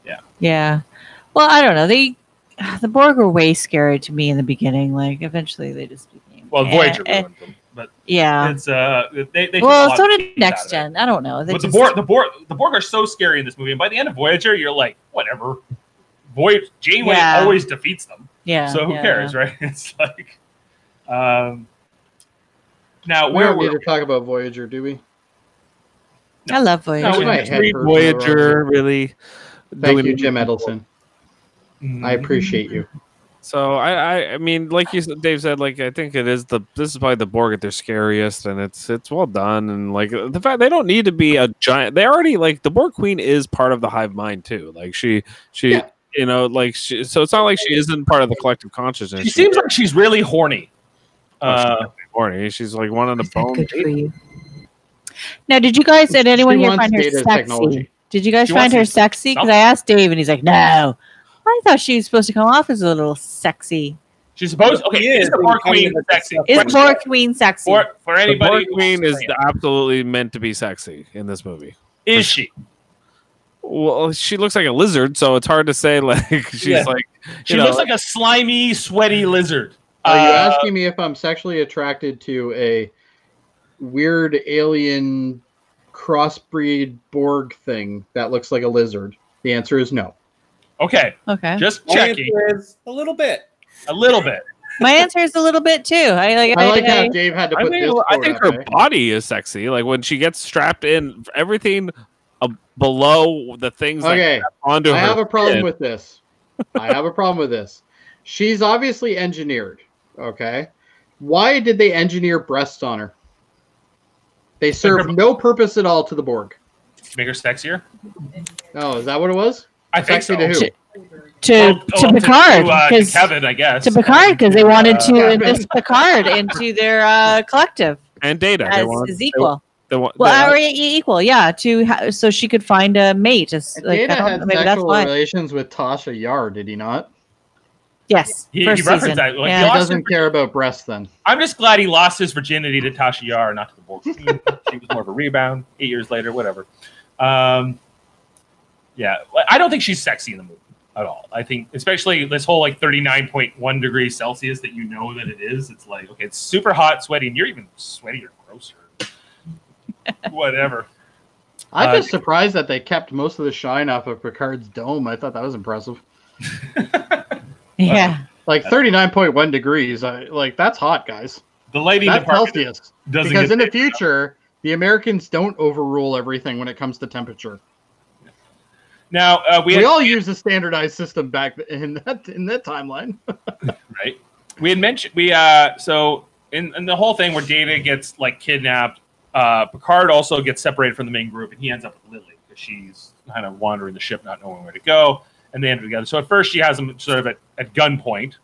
Yeah.
Yeah. Well, I don't know. They the Borg were way scary to me in the beginning. Like eventually they just became
Well,
eh,
Voyager
eh.
ruined them, but
Yeah.
it's uh, they, they took a
well,
lot
so
of
did
things out
Next
of it.
Gen. I don't know. They
But the
just-
Borg, the Borg, the Borg are so scary in this movie, and by the end of Voyager, you're like, whatever. Voyager, Janeway
Yeah.
always defeats them.
Yeah,
So who
yeah,
cares, right? It's like, um, now
We
Uh, where
don't need
were
to talk about Voyager, do we?
I love
No,
Voyager.
we might have her-
Voyager really.
Thank
doing-
you, Jim Edelson. I
mm.
appreciate you.
So I, I, I mean, like you, said, Dave said, like I think it is the this is probably the Borg at their scariest, and it's it's well done, and like the fact they don't need to be a giant. They already like the Borg Queen is part of the hive mind too. Like she, she,
Yeah.
you know, like she. So it's not like she isn't part of the collective consciousness.
She seems like she's really horny.
uh,
Uh,
horny. She's like one on the bone.
Good for you. Now, did you guys? Did anyone here
wants
find her
data
sexy?
technology.
Did you guys
She
find
wants
her
to-
sexy? Because I asked Dave, and he's like, "No." I thought she was supposed to come off as a little sexy.
she's supposed. Okay,
She
is
is
the Borg
becoming
Queen
the
sexy?
stuff
Is
Question.
Borg Queen sexy?
for, for
The
anybody?
Borg
who
Queen
wants
is
to say
absolutely meant to be sexy in this movie.
it. is she?
Well, she looks like a lizard, so it's hard to say. Like she's
Yeah.
like
She
you know,
looks like a slimy, sweaty lizard.
Are Oh, you
Uh,
asking me if I'm sexually attracted to a weird alien crossbreed Borg thing that looks like a lizard? The answer is no.
okay,
Okay.
just
My
checking
answer is a little bit.
a little bit.
My answer is a little bit too. I like.
I like
I,
how Dave had to
I
put
think,
this.
I
quote
think
up,
her
eh?
body is sexy. Like when she gets strapped in, everything uh, below the things that
Okay.
strap onto
I
her.
have a problem
skin.
with this. I have a problem with this. She's obviously engineered. Okay. Why did they engineer breasts on her? They serve no purpose at all to the Borg.
Make her sexier.
Oh, is that what it was?
I think
Sexy
so.
to who?
to
Oh,
to
oh,
Picard
to, uh, to
because
Kevin, I guess. Um,
to Picard because they wanted to
Uh,
enlist Picard into their uh, collective
and data. They
as
want,
his
they
equal.
They want, they
Well,
want-
or e- e- equal, yeah. To ha- so she could find a mate. As, like,
Data
I don't-
had
maybe that's
sexual
why.
relations with Tasha Yar, did he not?
yes,
He- he
first
referenced
season.
that, like,
He
yeah.
Lost
doesn't
her-
care about breasts then.
I'm just glad he lost his virginity to Tasha Yar, not to the Borg. Queen. she was more of a rebound. Eight years later, whatever. Um, yeah, like, I don't think she's sexy in the movie at all. I think, especially this whole like 39.1 degrees Celsius that you know that it is. It's like okay, it's super hot, sweaty, and you're even sweaty or grosser. whatever.
I'm
Uh,
just surprised that they kept most of the shine off of Picard's dome. I thought that was impressive.
yeah.
Like 39.1 degrees. I, like that's hot, guys.
The lighting
That's
department
Celsius.
doesn't
because
get
in the
paid.
future the americans don't overrule everything when it comes to temperature
now uh, we,
we,
had-
all use a standardized system back in that in that timeline
right? We had mentioned we uh so in, in the whole thing where Data gets like kidnapped, uh Picard also gets separated from the main group and he ends up with Lily because she's kind of wandering the ship, not knowing where to go, and they end up together. So at first she has him sort of at, at gunpoint.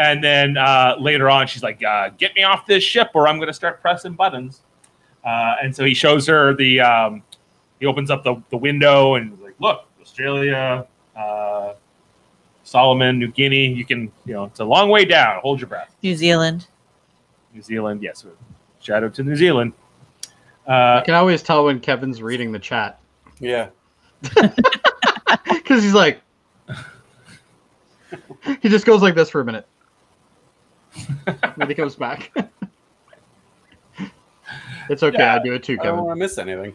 And then uh, later on, she's like, uh, "Get me off this ship, or I'm going to start pressing buttons." Uh, and so he shows her the. Um, he opens up the, the window and is like, "Look, Australia, uh, Solomon, New Guinea. You can, you know, it's a long way down. Hold your breath.
New Zealand.
New Zealand, yes. Shout out to New Zealand. Uh,
i can always tell when kevin's reading the chat
Yeah.
because he's like he just goes like this for a minute then he comes back it's okay
Yeah,
i do it too
I don't
kevin
want to miss anything.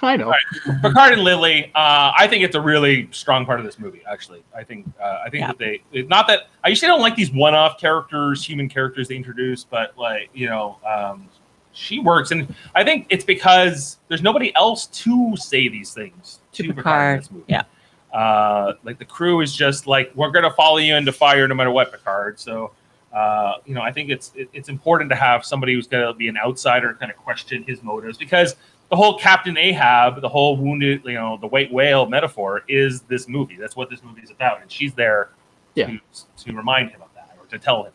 I know.
Picard and Lily. Uh, I think it's a really strong part of this movie. Actually, I think uh, I think
Yeah.
that they it- not that I usually don't like these one-off characters, human characters they introduce, but like you know, um, she works, and I think it's because there's nobody else to say these things to, Picard. in this movie.
Yeah.
Uh, like the crew is just like we're gonna follow you into fire no matter what, Picard. So. Uh, you know, I think it's it- it's important to have somebody who's going to be an outsider kind of question his motives because the whole Captain Ahab, the whole wounded, you know, the white whale metaphor is this movie. That's what this movie is about, and she's there
Yeah.
to, to remind him of that or to tell him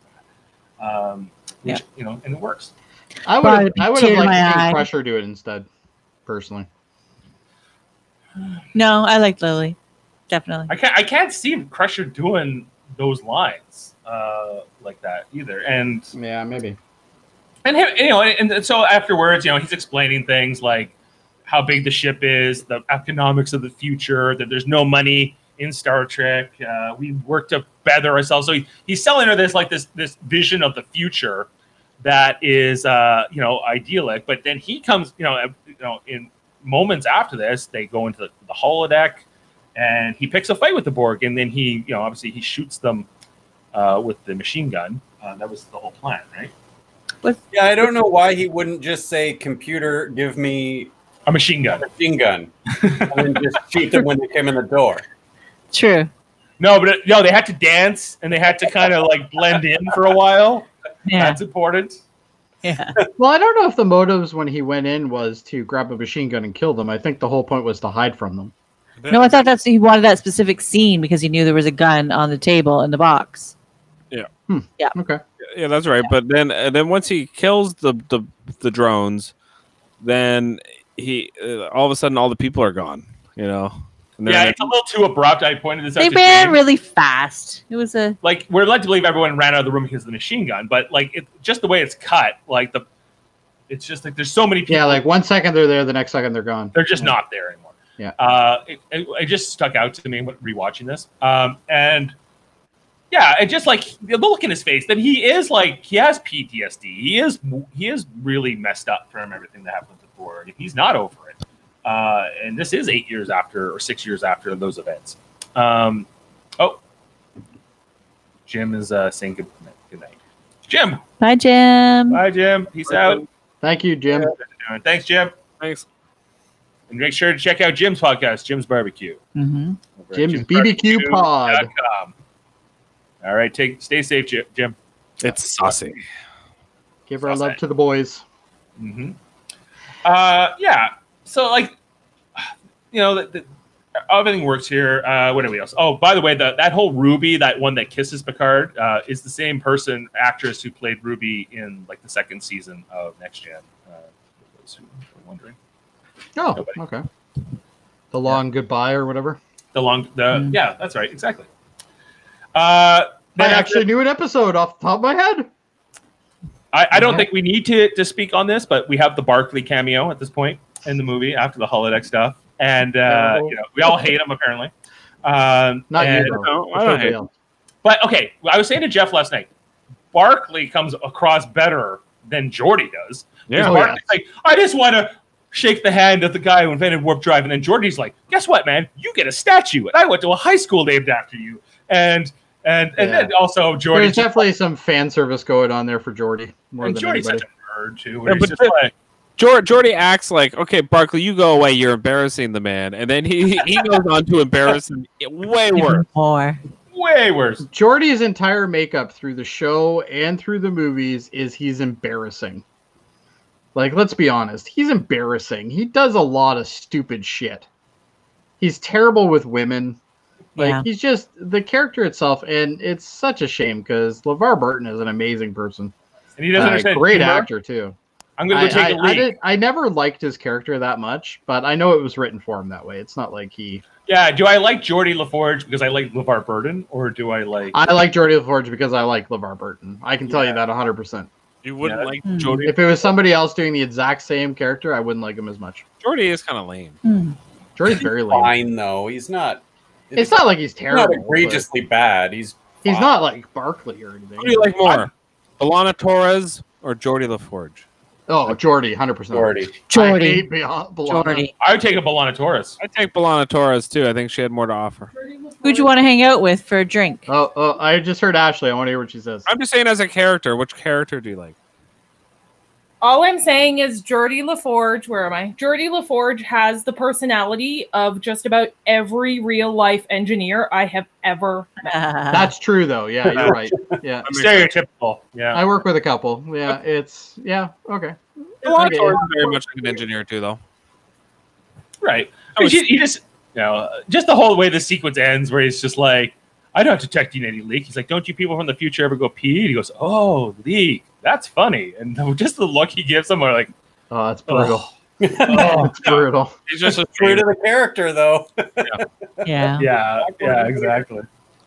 that. Um, which, you know, and it works.
I
Well,
would.
it'd be
I would
tear
have liked
in my
to
eye.
see Crusher do it instead, personally.
No, I like Lily. Definitely.
I can't I can't see Crusher doing those lines uh, like that either. And
yeah, maybe.
And him, you know, and, and so afterwards, you know, he's explaining things like how big the ship is, the economics of the future, that there's no money in Star Trek. Uh, we work to better ourselves. So he, he's selling her this like this this vision of the future that is uh, you know idyllic. But then he comes, you know, uh, you know, in moments after this, they go into the, the holodeck, and he picks a fight with the Borg, and then he, you know, obviously he shoots them uh, with the machine gun. Uh, that was the whole plan, right?
Yeah, I don't know why he wouldn't just say, "Computer, give me
a machine gun."
machine gun, and then just shoot them when they came in the door.
True.
No, but uh, no, they had to dance and they had to kind of like blend in for a while.
Yeah.
That's important.
Yeah.
well, I don't know if the motives when he went in was to grab a machine gun and kill them. I think the whole point was to hide from them.
No, I thought that's he wanted that specific scene because he knew there was a gun on the table in the box.
Yeah.
Yeah.
Okay.
Yeah, that's right. But then, and then once he kills the the, the drones, then he uh, all of a sudden all the people are gone. You know. And
yeah,
they're-
it's a little too abrupt. I pointed this out.
They
to
ran
James.
really fast. It was a
like we're led to believe everyone ran out of the room because of the machine gun, but like it, just the way it's cut, like the, it's just like there's so many people.
Yeah, like one second they're there, the next second they're gone.
They're just
Yeah.
not there anymore.
Yeah.
Uh, it, it, it just stuck out to me when rewatching this. Um, and yeah, it just like the look in his face that he is like he has PTSD. He is he is really messed up from everything that happened before. He's not over it. Uh, and this is eight years after or six years after those events. Um, oh, Jim is uh, saying good night. Good night. Jim.
bye, Jim.
Bye, Jim. Peace out.
Thank you, Jim.
And Thanks, Jim.
Thanks.
And make sure to check out Jim's podcast, Jim's Barbecue.
Mm-hmm.
over at
Jim's BBQ Pod.
JimsBBQPod.com. All right, take stay safe, Jim. Jim.
It's saucy.
Give our love to the boys.
Mm-hmm. Uh, yeah. So like, you know, the, the, everything works here. Uh, what are we else? Oh, by the way, the, that whole Ruby, that one that kisses Picard, uh, is the same person, actress who played Ruby in like the second season of Next Gen. Uh, for those who were wondering.
Oh, okay. The long goodbye or whatever.
The long, the yeah, that's right, exactly. Uh,
Mm. I
then
actually knew an episode off the top of my head.
I, I
Mm-hmm.
don't think we need to, to speak on this, but we have the Barkley cameo at this point in the movie after the holodeck stuff, and uh,
Terrible.
you know we all hate him apparently. Um,
Not you,
and-
though. No, I don't hate him.
But okay, I was saying to Jeff last night, Barkley comes across better than Jordy does. 'Cause
Yeah. Oh, yeah.
Barkley's like I just want to shake the hand of the guy who invented warp drive, and then Jordy's like, guess what, man, you get a statue, and I went to a high school named after you, and and and then
Yeah.
also Jordy.
There's definitely some fan service going on there for Jordy more
and
than
Jordy's
anybody.
such a nerd too. where
Yeah,
he's
but
just
the-
like-
Jor- Jordy acts like, okay, Barkley, you go away. You're embarrassing the man, and then he he goes on to embarrass him way worse.
More.
way worse.
Jordy's entire makeup through the show and through the movies is he's embarrassing. Like, let's be honest, he's embarrassing. He does a lot of stupid shit. He's terrible with women. Like,
Yeah.
he's just the character itself, and it's such a shame because LeVar Burton is an amazing person. Uh,
And he doesn't understand
Great
humor.
actor too.
I'm gonna go
I-
take
I-
a
I
leak.
did- I never liked his character that much, but I know it was written for him that way. It's not like he.
Yeah, do I like Jordy LaForge because I like LeVar Burton, or do I like?
I like Jordy LaForge because I like LeVar Burton. I can tell you that 100. percent
You wouldn't
Yeah.
like
Hmm.
Jordy.
If it was somebody else doing the exact same character, I wouldn't like him as much.
Jordy is kind of lame.
Hmm.
Jordy's very lame.
Fine though, he's not.
It's not like he's
Not
terrible. but
egregiously bad. He's
He's not like Barkley or anything.
Who do you like more, Alana Torres or Jordy LaForge?
Oh, Jordy, hundred percent.
Jordy.
Jordy. I hate Beyond- Belana.
I would take a Bolana Taurus.
I take Belana Taurus too. I think she had more to offer.
Who'd you want to hang out with for a drink?
Oh, oh, I just heard Ashley. I want to hear what she says.
I'm just saying, as a character, which character do you like?
All I'm saying is Jordy LaForge, where am I? Jordy LaForge has the personality of just about every real life engineer I have ever met.
That's true though. Yeah, you're right. Yeah.
Stereotypical. Yeah.
I work with a couple. Yeah, it's yeah. Okay.
Belana Taurus is very much like an engineer too, though.
Right. I mean, she- he just, you know, uh, just the whole way the sequence ends, where he's just like, "I don't detect any leak." He's like, "Don't you people from the future ever go pee?" And he goes, "Oh, leak. That's funny." And the- just the look he gives them, are like,
"Oh, that's brutal." oh, it's brutal.
He's just a
True to the character, though.
Yeah.
Yeah. Yeah. Exactly.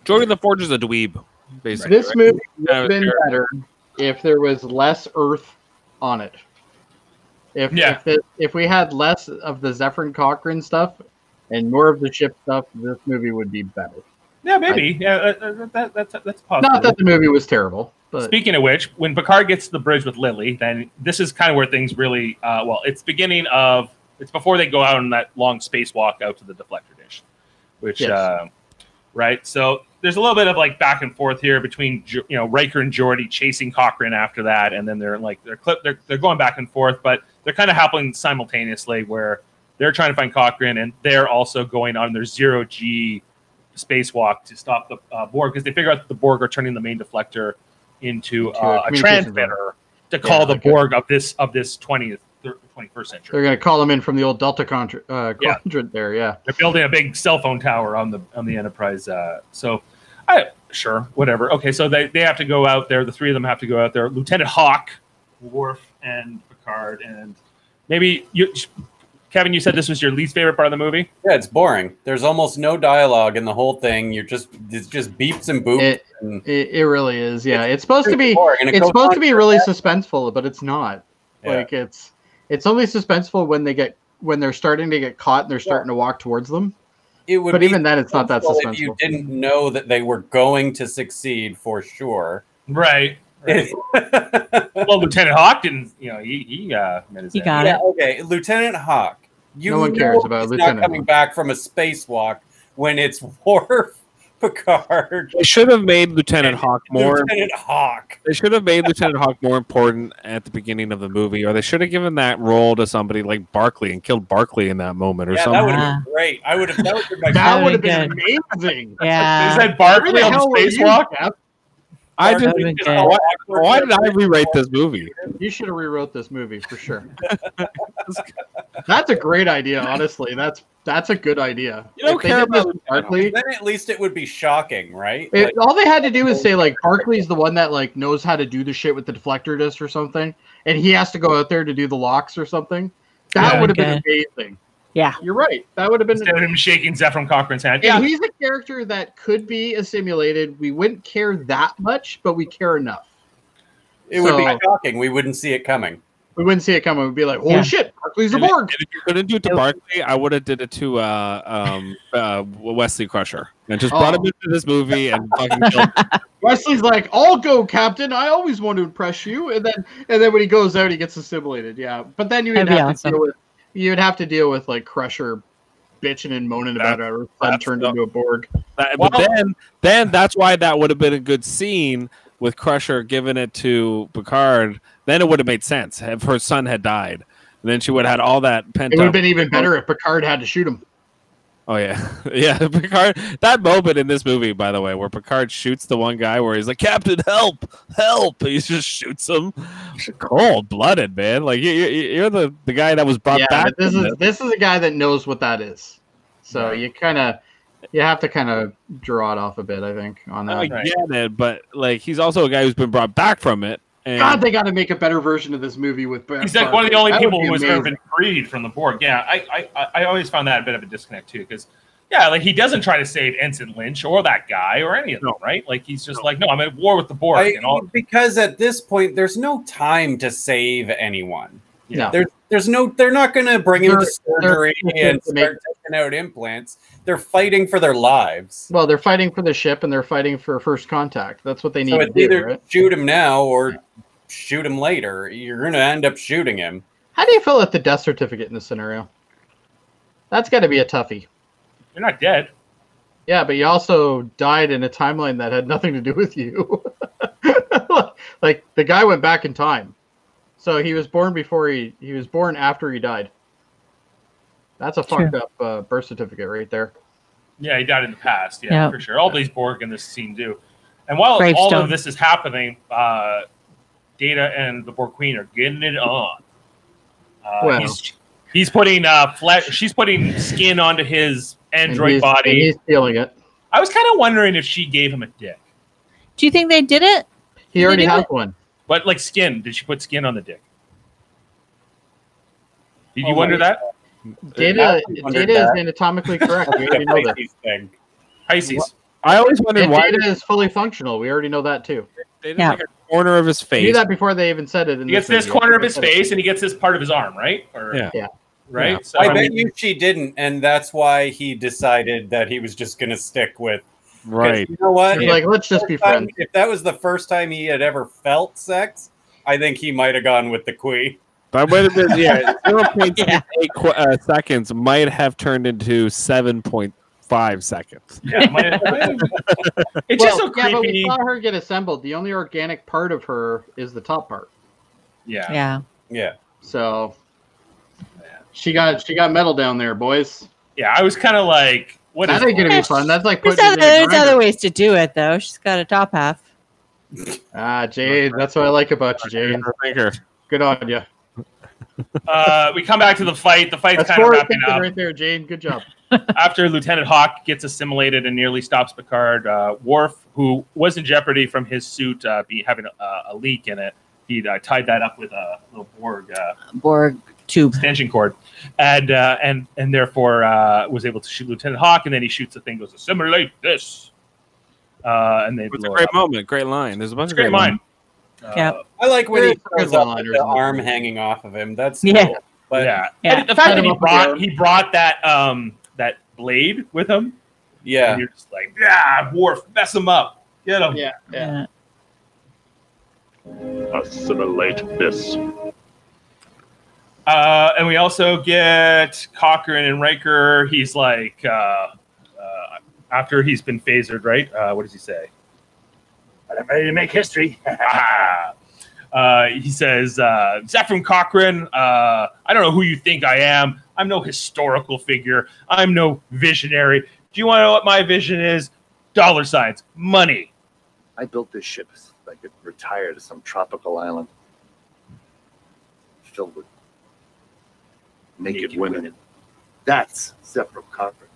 Jordan the Forge is a dweeb, basically.
This
right?
movie would
Yeah,
have been
sure.
better if there was less Earth on it. If
Yeah.
if, the, if we had less of the Zephyrin Cochrane stuff and more of the ship stuff, this movie would be better.
Yeah, maybe. Yeah, uh, uh, that, that, that's that's possible.
Not that the movie was terrible, but
Speaking of which, when Picard gets to the bridge with Lily, then this is kind of where things really uh, well. It's beginning of it's before they go out on that long spacewalk out to the deflector dish, which
Yes.
uh, right. So there's a little bit of like back and forth here between Jo- you know Riker and Geordi chasing Cochrane after that, and then they're like they're clip they're they're going back and forth, but they're kind of happening simultaneously where they're trying to find Cochrane and they're also going on their zero G spacewalk to stop the uh, Borg because they figure out that the Borg are turning the main deflector into
a
uh, a
communications
transmitter to call
Yeah,
the
okay.
Borg of this of this twentieth twenty first century.
they're going to call them in from the old Delta contra- uh,
Yeah.
quadrant there. Yeah.
They're building a big cell phone tower on the on the Enterprise. Uh, so, I sure whatever. Okay, so they, they have to go out there. The three of them have to go out there. Lieutenant Hawk, Worf, and Picard, and maybe you, Kevin. You said this was your least favorite part of the movie.
Yeah, it's boring. There's almost no dialogue in the whole thing. You're just it's just beeps and boops.
It-
and
It, it really is. Yeah. It's, supposed to be
boring, and it
it's
goes
supposed
on
to be really suspenseful, but it's not.
Yeah.
Like it's it's only suspenseful when they get when they're starting to get caught and they're starting to walk towards them.
It would
but
be
even then, it's not that
suspenseful if you
suspenseful.
didn't know that they were going to succeed for sure.
Right. well, Lieutenant Hawk didn't. You know, he he uh, met his
He
end.
got
yeah,
it.
okay, Lieutenant Hawk. You
No one
know
cares about
he's
Lieutenant
not coming
Hawk.
back from a spacewalk when it's Worf, Picard,
They should have made Lieutenant Hawk more.
Lieutenant Hawk.
They should have made Lieutenant Hawk more important at the beginning of the movie, or they should have given that role to somebody like Barkley and killed Barkley in that moment, or
Yeah, that would
something.
have been great. I would have. That would have been my
That
That'd
would have
be
been amazing.
Is
Yeah.
that Barkley
Where
on
the
the
hell were you,
spacewalk?
Cap?
I just,
That'd been
why, why did I rewrite this movie?
You should have rewrote this movie for sure. that's a great idea, honestly. That's that's a good idea.
You don't
If they
care
did
about
this with Barkley.
Then at least it would be shocking, right?
It,
Like,
all they had to do was say like Barkley's the one that like knows how to do the shit with the deflector disc or something, and he has to go out there to do the locks or something. That
Yeah.
would have been amazing.
Yeah.
You're right. That would have been.
Instead of him shaking Zephram Cochrane's hand.
And he's a character that could be assimilated. We wouldn't care that much, but we care enough.
it would
so-
be shocking. We wouldn't see it coming.
We wouldn't see it coming. We'd be like, "Holy
Yeah.
shit, Barkley's a
And if-
Borg!"
and if you couldn't do it to Barkley, I would have did it to uh, um, uh, Wesley Crusher and just brought him
Oh.
into this movie and fucking killed him.
Wesley's like, "I'll go, Captain. I always want to impress you." And then, and then when he goes out, he gets assimilated. Yeah, but then you'd have
That'd be
to
awesome.
deal with you'd have to deal with like Crusher bitching and moaning about
That's-
how her son
that's
turned
the-
into a Borg.
That- but
Well-
then, then that's why that would have been a good scene with Crusher giving it to Picard. Then it would have made sense if her son had died. And then she would have had all that pent
It would
up.
have been even better if Picard had to shoot him.
oh yeah, yeah. Picard. That moment in this movie, by the way, where Picard shoots the one guy, where he's like, "Captain, help, help!" He just shoots him, cold blooded, man. Like you, you, you're the, the guy that was brought
yeah,
back.
but this
from
is this is a guy that knows what that is. So
Right.
you kind of you have to kind of draw it off a bit, I think, on that.
I
Right.
get it, but like he's also a guy who's been brought back from it. And
God, they got to make a better version of this movie with.
He's like one of the only
That would
people
be
who has ever
amazing.
been freed from the Borg. Yeah, I, I, I- I always found that a bit of a disconnect too, because yeah, like he doesn't try to save Ensign Lynch or that guy or any of them, right? Like he's just like, no, I'm at war with the Borg
I-
and all.
because at this point, there's no time to save anyone.
No.
There's there's no they're not going to bring him to
They're- they're-
surgery and
to make-
start taking out implants. They're fighting for their lives.
Well, they're fighting for the ship and they're fighting for first contact. That's what they need
So
to
it's
do.
either
right?
shoot him now or shoot him later, you're going to end up shooting him.
How do you fill out the death certificate in this scenario? That's got to be a toughie.
You're not dead.
Yeah, but you also died in a timeline that had nothing to do with you. like the guy went back in time, so he was born before he he was born after he died. That's a fucked up uh, birth certificate right there.
Yeah, he died in the past. Yeah,
Yeah.
for sure. All these Borg in this scene do. And while all
Gravestone.
of this is happening, uh, Data and the Borg Queen are getting it on. Uh,
Well.
he's, he's putting uh, flesh. She's putting skin onto his android
and he's- and
body.
he's feeling it.
I was kind of wondering if she gave him a dick,
Do you think they did it?
He
Did
already
they do
has
it?
one.
but like skin. Did she put skin on the dick? Did
Oh,
you wonder
my-
that?
Data,
I wondered
data is
that.
anatomically correct. We already know that.
Pisces.
I always wondered
And
why
data is fully functional. We already know that too.
Data's Yeah. like a corner of his
They knew
face.
that before they even said it. In
He gets this
video.
corner of his
They said it.
face, and he gets this part of his arm, right? Or,
Yeah.
Right? So,
I,
I
bet
mean-
you she didn't, and that's why he decided that he was just going to stick with. 'cause
Right.
You know what?
He's like, let's just be
If that-
friends.
If that was the first time he had ever felt sex, I think he might have gone with the queen.
That would have been yeah, zero point eight qu- uh, seconds might have turned into seven point five seconds.
Yeah, might have-
It's just so
yeah, but we
creepy.
saw her get assembled. The only organic part of her is the top part.
yeah.
Yeah.
Yeah.
So she got she got metal down there, boys.
Yeah, I was kind of like, what
that
is
ain't gonna be fun. That's like
There's
putting it
other,
in a
there's other
grinder.
ways to do it though. She's got a top half.
Ah, Jade, that's what I like about you, Jade. Good on you.
uh, we come back to the fight. The fight's
That's
kind of
forward
wrapping
thinking
up.
right there, Jane. Good job.
After Lieutenant Hawk gets assimilated and nearly stops Picard, uh, Worf, who was in jeopardy from his suit uh, be having a, a leak in it, he uh, tied that up with a little Borg uh,
Borg tube
extension cord, and uh, and and therefore uh, was able to shoot Lieutenant Hawk, and then he shoots the thing, goes assimilate this, uh, and they.
It's a
blow it
great
up.
moment, great line. There's a bunch
It's
of great
a great Uh, line.
lines.
Yeah.
I like when
There's
he throws
several
up with
liners
the
in the
arm hanging off of him. That's
Yeah.
cool. But
yeah.
Yeah.
And the fact
Kind
that
of
he
up
brought he brought that um that blade with him.
Yeah.
And you're just like, yeah, Worf, mess him up. Get him.
Yeah,
yeah.
Assimilate this.
Uh, and we also get Cochran and Riker. He's like, uh, uh, after he's been phasered, right? Uh, what does he say? But I'm ready to make history. uh, he says, uh, Zephram Cochrane, uh, I don't know who you think I am. I'm no historical figure. I'm no visionary. Do you want to know what my vision is? Dollar signs, money.
I built this ship so I could retire to some tropical island filled with naked, women. That's Zephyr Cochrane.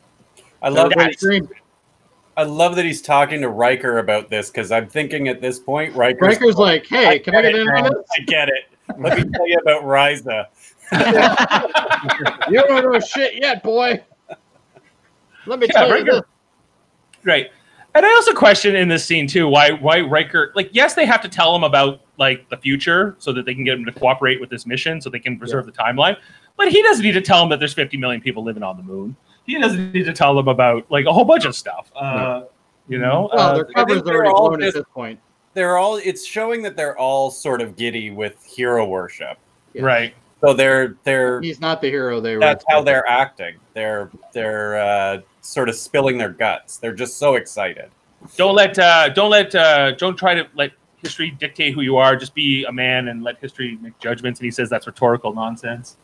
I love
Yeah,
when
it's
he's- I love that he's talking to Riker about this because I'm thinking at this point, Riker's,
Riker's like, hey, can I
get
get in
it,
on
man.
this?
I get it. Let me tell you about Riza.
You don't know shit yet, boy. Let me
Yeah,
tell you
Riker-
this.
Right. And I also question in this scene too why why Riker like yes they have to tell him about like the future so that they can get him to cooperate with this mission so they can preserve the timeline, but he doesn't need to tell him that there's 50 million people living on the moon. He doesn't need to tell him about like a whole bunch of stuff. Uh, You know,
Well,
Uh,
their
I think
cover's
they're
already
all
blown at
just-
this point.
They're all. It's showing that they're all sort of giddy with hero worship.
right?
So they're they're.
He's not the hero they were.
That's how they're acting. They're they're uh, sort of spilling their guts. They're just so excited.
Don't let uh, don't let uh, don't try to let history dictate who you are. Just be a man and let history make judgments. And he says that's rhetorical nonsense.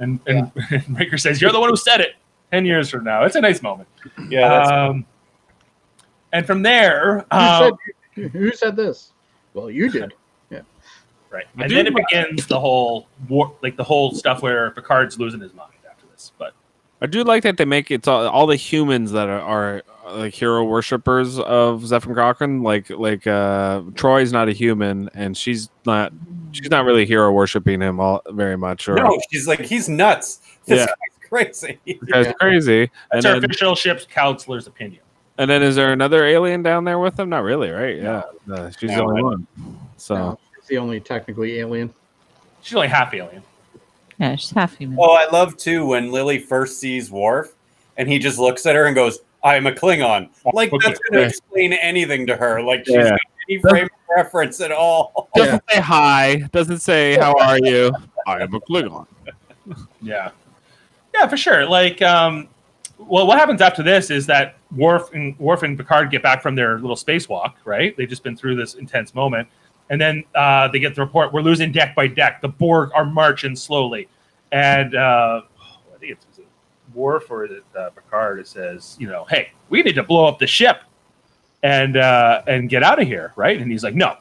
And and, Riker says you're the one who said it. Ten years from now, it's a nice moment.
Yeah. That's,
um, and from there,
Who
um,
said, who said this? Well, you did. Yeah.
right, and then it begins the whole war, like the whole stuff where Picard's losing his mind after this. But
I do like that they make it's all, all the humans that are, are uh, like hero worshippers of Zephyr Cochrane. Like like uh, Troy's not a human, and she's not she's not really hero worshipping him all very
Uh,
much. Or
No, she's like he's nuts. This
Yeah.
guy's crazy.
that's crazy.
that's
And
our
then,
official ship's counselor's opinion.
and then is there another alien down there with him? Not really, right? Yeah, Uh, she's the
No,
only
I-
one. So
He's the only technically alien.
She's only half alien.
Yeah, she's half human.
Oh, I love too when Lily first sees Worf and he just looks at her and goes, I'm a Klingon. Like, that's going to
Yeah.
explain anything to her. Like, she's
Yeah.
not any frame of reference at all.
Doesn't say hi. Doesn't say how are you. I am a Klingon.
Yeah. Yeah, for sure. Like, um, well, what happens after this is that Worf and Worf and Picard get back from their little spacewalk, right? They've just been through this intense moment, and then uh, they get the report: we're losing deck by deck. The Borg are marching slowly, and uh, I think it's is it Worf or is it, uh, Picard. It says, you know, hey, we need to blow up the ship and uh, and get out of here, right? And he's like, no.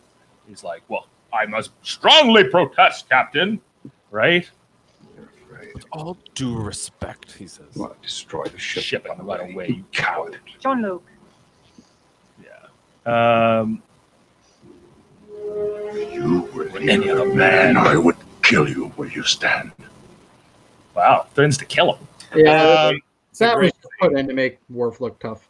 He's like, well, I must strongly protest, Captain, right?
With all due respect, he says.
You want to destroy the ship.
Ship in the right way, you
coward.
John Luke.
Um,
You were any other man, I would kill you where you stand.
wow, threatens to kill him.
Yeah.
Um,
that was put in to make Worf look tough.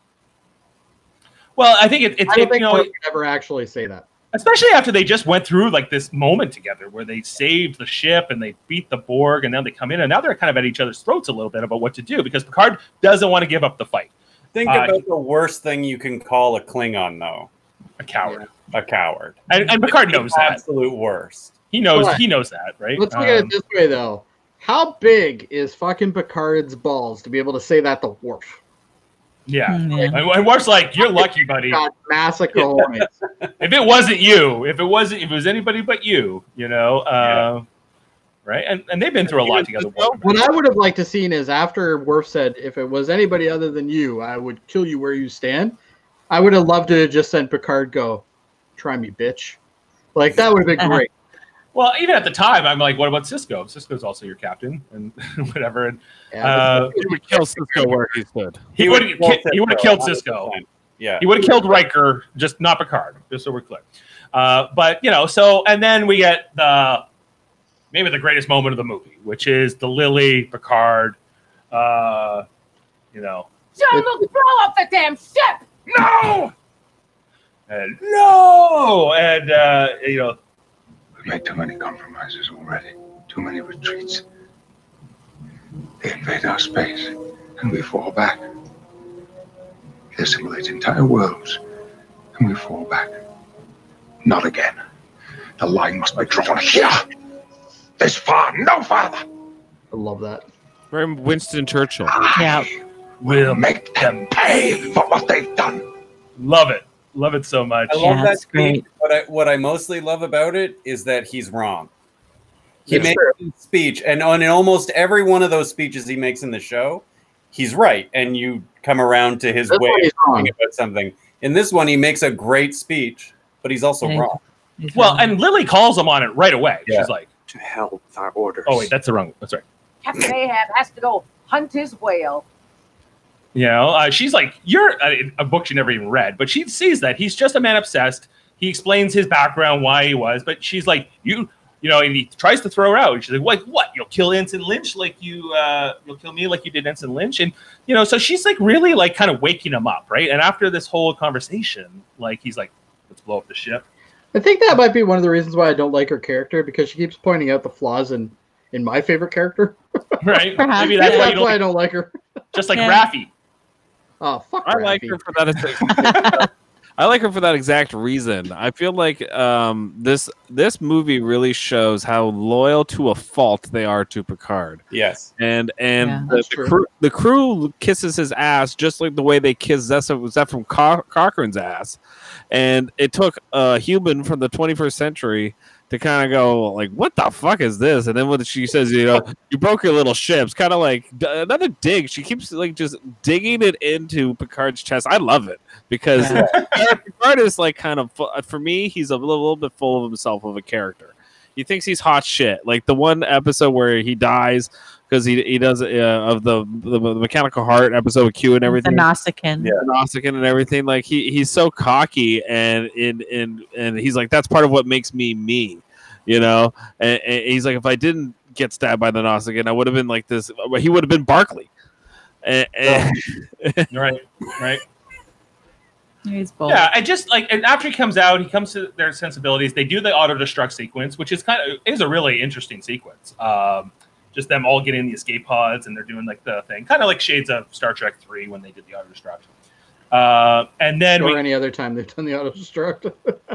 well, I think it, it's
I
it,
don't
you
think
know,
Worf could ever actually say that.
especially after they just went through like this moment together where they saved the ship and they beat the Borg and now they come in and now they're kind of at each other's throats a little bit about what to do because Picard doesn't want to give up the fight.
Think
Uh,
about the worst thing you can call a Klingon, though.
A coward.
A coward.
And, and Picard knows that.
Absolute worst.
He knows
Right.
he knows that, right? Um,
Let's look at it this way, though. How big is fucking Picard's balls to be able to say that to Worf?
Yeah.
Hmm,
And, and Worf's like, "You're lucky, buddy.
God, massacre hornets.
If it wasn't you, if it wasn't, if it was anybody but you, you know, uh, right?" And and they've been through a lot together. Worf and
What I would have liked to seen is after Worf said, "If it was anybody other than you, I would kill you where you stand." I would have loved to have just send Picard go, "Try me, bitch." Like that would have been great.
Well, even at the time, I'm like, what about Cisco? Cisco's also your captain and whatever. And
Yeah,
uh,
He would kill Cisco where he stood.
he would have
kill
he would have
Cisco,
killed Cisco.
100%. Yeah.
He would have killed Riker, just not Picard. Just so we're clear. Uh, but you know, so and then we get the maybe the greatest moment of the movie, which is the Lily Picard. Uh, you know,
John Luke, blow up the damn ship!
No! and no, and uh, you know,
We've made too many compromises already, too many retreats. They invade our space, and we fall back. They assimilate entire worlds, and we fall back. Not again. The line must be drawn here. This far, no farther.
I love that.
Very Winston Churchill.
Yeah.
we'll make them
Pay for what they've done.
love it, love it so much.
I love that
that's
speech.
great.
What I, what I mostly love about it is that he's wrong. He
Yeah.
makes a speech, and on almost every one of those speeches he makes in the show, he's right, and you come around to his
That's
way
why he's
of
wrong.
thinking about something. In this one, he makes a great speech, but he's also
Yeah.
wrong.
Well, and Lily calls him on it right away.
Yeah.
She's like,
To hell with our orders.
"Oh wait, that's the wrong. That's right."
Captain Ahab has to go hunt his whale.
You know, uh, she's like, "You're uh, a book she never even read," but she sees that he's just a man obsessed. He explains his background, why he was, but she's like, "You, you know," and he tries to throw her out. And she's like, "Like what? You'll kill Ensign Lynch like you, uh, you'll kill me like you did Ensign Lynch?" And you know, so she's like, really, like, kind of waking him up, right? And after this whole conversation, like, he's like, "Let's blow up the ship."
I think that might be one of the reasons why I don't like her character because she keeps pointing out the flaws in in my favorite character.
Right?
Perhaps,
Maybe that's
Uh-huh. That's
why you
why I
don't.
don't like her.
Just like
Yeah.
Raffi.
Oh fuck.
I like
Raffi.
her for that. exact- I like her for that exact reason. I feel like um, this this movie really shows how loyal to a fault they are to Picard,
Yes.
and and
Yeah.
the,
That's
the
true.
crew the crew kisses his ass just like the way they kissed Zeph- Zephyr Co- Cochrane's ass, and it took a human from the 21st century to kind of go like, "What the fuck is this?" And then when she says, "You know, you broke your little ships," kind of like d- another dig. She keeps like just digging it into Picard's chest. I love it because Picard, Picard is like kind of fu- uh, for me, he's a little, little bit full of himself of a character. He thinks he's hot shit. Like the one episode where he dies because he he does uh, of the, the the mechanical heart episode with Q and everything.
The Nausicaan.
Yeah.
Nostican and everything. Like he he's so cocky and and and and he's like that's part of what makes me me, you know. And, and he's like if I didn't get stabbed by the Nostican, I would have been like this. He would have been Barkley. And, and-
Right. Right.
He's bold.
Yeah, and just like and after he comes out, he comes to their sensibilities. They do the auto destruct sequence, which is kind of is a really interesting sequence. Um, just them all getting in the escape pods and they're doing like the thing, kind of like Shades of Star Trek Three when they did the auto destruct. Uh, and then
or
we,
any other time they've done the auto destruct.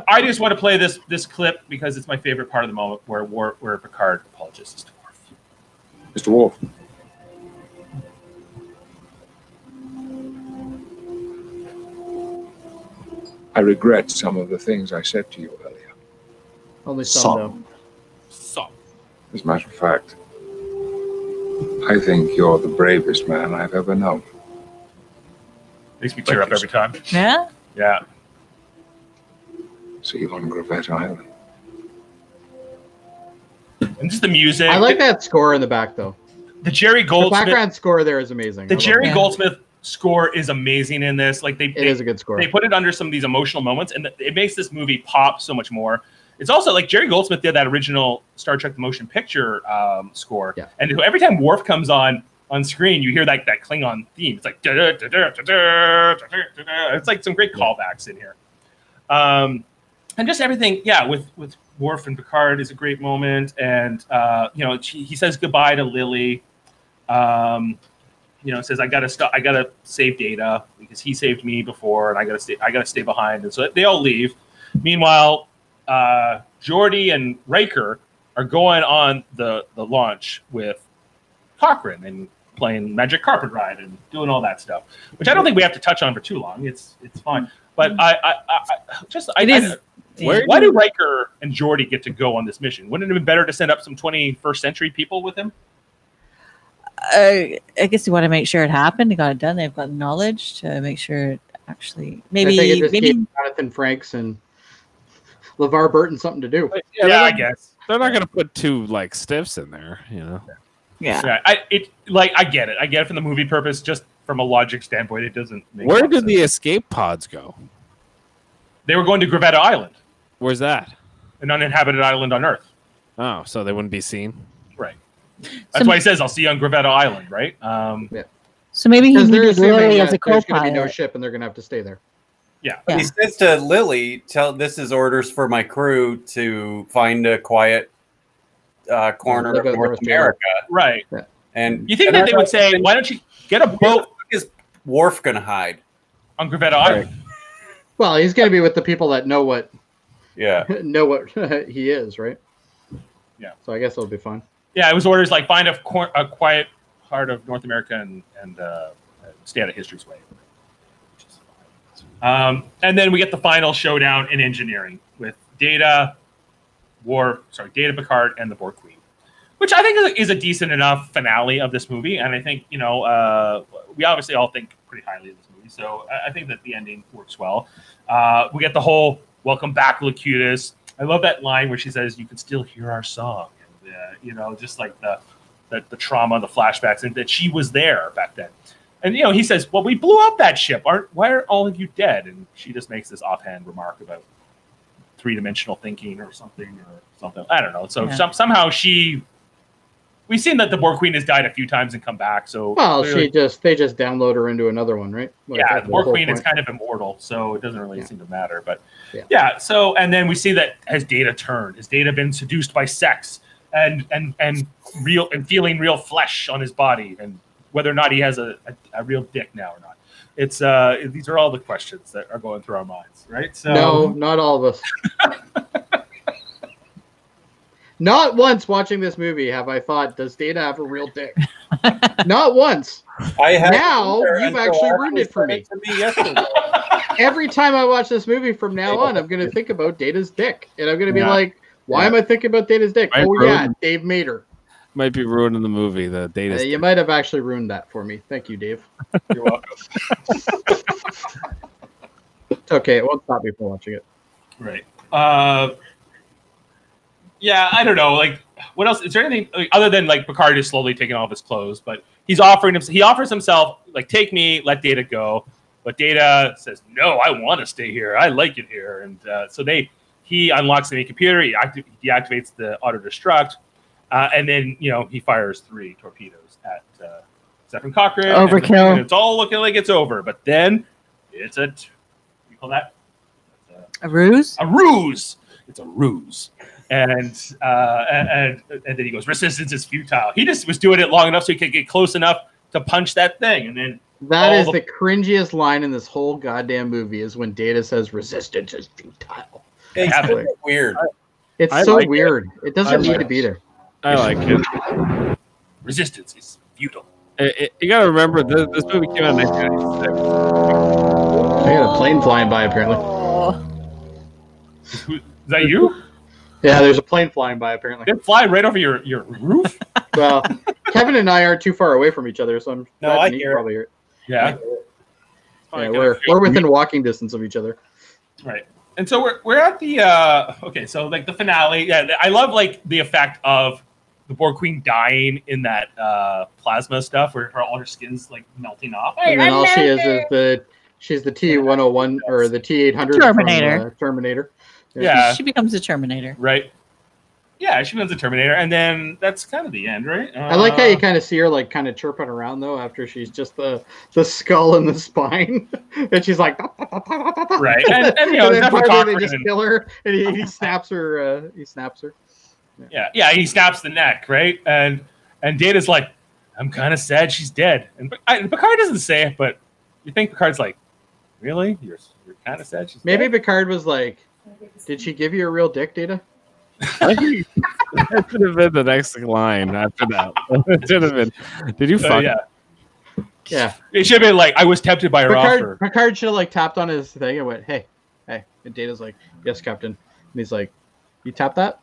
I just want to play this this clip because it's my favorite part of the moment where War, where Picard apologizes to Worf.
Mr. Wolf. I regret some of the things I said to you earlier.
Only some,
Some.
though.
Some.
As a matter of fact, I think you're the bravest man I've ever known.
Makes me tear up every time.
Yeah.
Yeah.
See you on Gravette Island.
And just the music.
I like that score in the back though.
The Jerry
The
Goldsmith-
background score there is amazing.
The
I love
Jerry
that.
Goldsmith score is amazing in this. Like they, it is
a good score.
They put it under some of these emotional moments, and it makes this movie pop so much more. It's also like Jerry Goldsmith did that original Star Trek: The Motion Picture um, score, and so every time Worf comes on on screen, you hear like that Klingon theme. It's like da-da, da-da, da-da, da-da, da-da. it's like some great callbacks in here, um, and just everything. Yeah, with with Worf and Picard is a great moment, and uh, you know she, he says goodbye to Lily. Um, you know, says I gotta stop, I gotta save data because he saved me before, and I gotta stay, I gotta stay behind, and so they all leave. Meanwhile, uh, Jordy and Riker are going on the the launch with Cochrane and playing Magic Carpet Ride and doing all that stuff, which I don't think we have to touch on for too long. It's it's fine, but I I, I, I just I,
It is-
I-
Where
why
do-
do Riker and Jordy get to go on this mission? Wouldn't it have been better to send up some 21st century people with him?
I, Uh, I guess you want to make sure it happened. They got it done. They've got the knowledge to make sure it actually
I think it
maybe
just
maybe
gave Jonathan Franks and LeVar Burton something to do.
Yeah, they're not-
guess.
They're not going to put two like stiffs in there, you know.
Yeah.
I it like I get it. I get it from the movie purpose, just from a logic standpoint, it doesn't make
Where
sense.
did the escape pods go?
They were going to Gravetta Island,
Where's that?
an uninhabited island on Earth.
Oh, so they wouldn't be seen.
Right. That's why he says I'll see you on Gravetta Island, right? Um
yeah.
So maybe he
Because they're
needed
assuming
Lily
that
as a
there's going to be no
co-pilot.
ship, and they're going to have to stay there.
Yeah.
He says to Lily, "Tell this is orders for my crew to find a quiet uh, corner of
Look at
North
North
America."
Right.
And
You
and
think that
I
they
thought,
would say, Why don't you get a boat
is Wharf gonna hide?
on Gravetta Island?
Well, he's going to be with the people that know what
Yeah.
know what he is, right?
Yeah.
So I guess it'll be fun.
Yeah, it was orders like find a, cor- a quiet part of North America and, and uh, stay out of history's way. Um, and then we get the final showdown in engineering with Data, War, sorry, Data Picard and the Borg Queen, which I think is a, is a decent enough finale of this movie. And I think you know uh, we obviously all think pretty highly of this movie, so I, I think that the ending works well. Uh, we get the whole "Welcome back, Locutus." I love that line where she says, "You can still hear our song," and uh, you know, just like the, the the trauma, the flashbacks, and that she was there back then. And you know, he says, "Well, we blew up that ship. Aren't why are all of you dead?" And she just makes this offhand remark about three dimensional thinking or something or something. I don't know. So
Yeah.
some, somehow she, we've seen that the Borg Queen has died a few times and come back. So
Well,
clearly-
she just they just download her into another one, right? Like,
yeah,
that's
the Borg
whole
Queen is
point.
kind of immortal, so it doesn't really seem to matter. But
Yeah.
yeah. so and then we see that has Data turned? Has Data been seduced by sex and and and real and feeling real flesh on his body, and whether or not he has a, a, a real dick now or not? It's uh, these are all the questions that are going through our minds, right? So
No, not all of us. not once watching this movie have I thought, does Data have a real dick? not once.
I had
now you've actually ruined it for me. Every time I watch this movie from now on, I'm going to think about Data's dick, and I'm going to be
Yeah.
like, why
Yeah.
am I thinking about Data's dick?
I
oh yeah,
ruined-
Dave Mater.
Might be ruining the movie. The data.
Uh, you might have actually ruined that for me. Thank you, Dave.
You're welcome.
It's okay. It won't stop me from watching it.
Right. Uh, yeah, I don't know. Like, what else? Is there anything like, other than like Picard is slowly taking off his clothes, but he's offering him. He offers himself like, take me, let Data go, but Data says, no, I want to stay here. I like it here, and uh, so they he unlocks the main computer. He acti- he deactivates the auto destruct, uh, and then you know he fires three torpedoes at uh, Stephen Cochrane. and-
Overkill.
and it's all looking like it's over, but then it's a t- you call that
a ruse.
a ruse. It's a ruse. And, uh, and and and then he goes, resistance is futile. He just was doing it long enough so he could get close enough to punch that thing, and then
That
all
is
the-
the cringiest line in this whole goddamn movie is when Data says resistance is futile.
It's
It's like-
weird.
It's
I
so
like it.
weird. It, doesn't
I
need
like
to
it.
be there.
I like
it. Resistance is futile.
It, it- you gotta remember this, this movie came out in 1996.
I got a plane flying by apparently.
Oh.
Is that you?
Yeah, there's a plane flying by apparently.
Did it fly right over your, your roof?
Well, Kevin and I aren't too far away from each other, so I'm
No,
glad
I
you
hear it.
probably hear it.
Yeah.
Yeah, we're we're within walking distance of each other.
Right. And so we're, we're at the uh okay, so like the finale. Yeah, I love like the effect of the Borg Queen dying in that uh plasma stuff where her all her skin's like melting off.
And then all she is is the she's the T one oh one or the T eight hundred uh,
Terminator.
Terminator.
Yeah.
She becomes a Terminator.
Right. Yeah, she becomes a Terminator, and then that's kind of the end, right?
I like how you kind of see her like kind of chirping around though after she's just the the skull and the spine, and she's like
of right, and, and you know,
And then finally they
Zephyr Cochran
just
and-
kill her, and he, he snaps her. Uh, he snaps her.
Uh, Yeah, yeah, he snaps the neck, right? And and Data's like, I'm kind of sad she's dead. And I, Picard doesn't say it, but you think Picard's like, really? You're you're kind of sad she's
Maybe Picard was like, "Did she give you a real dick, Data?"
that should have been the next line after that. it should have been. Did you
Oh,
fuck?
yeah.
Yeah.
It should have been like I was tempted by her
Picard,
offer.
Picard should have like tapped on his thing and went, "Hey, hey." And Data's like, "Yes, Captain." And he's like, "You tap that?"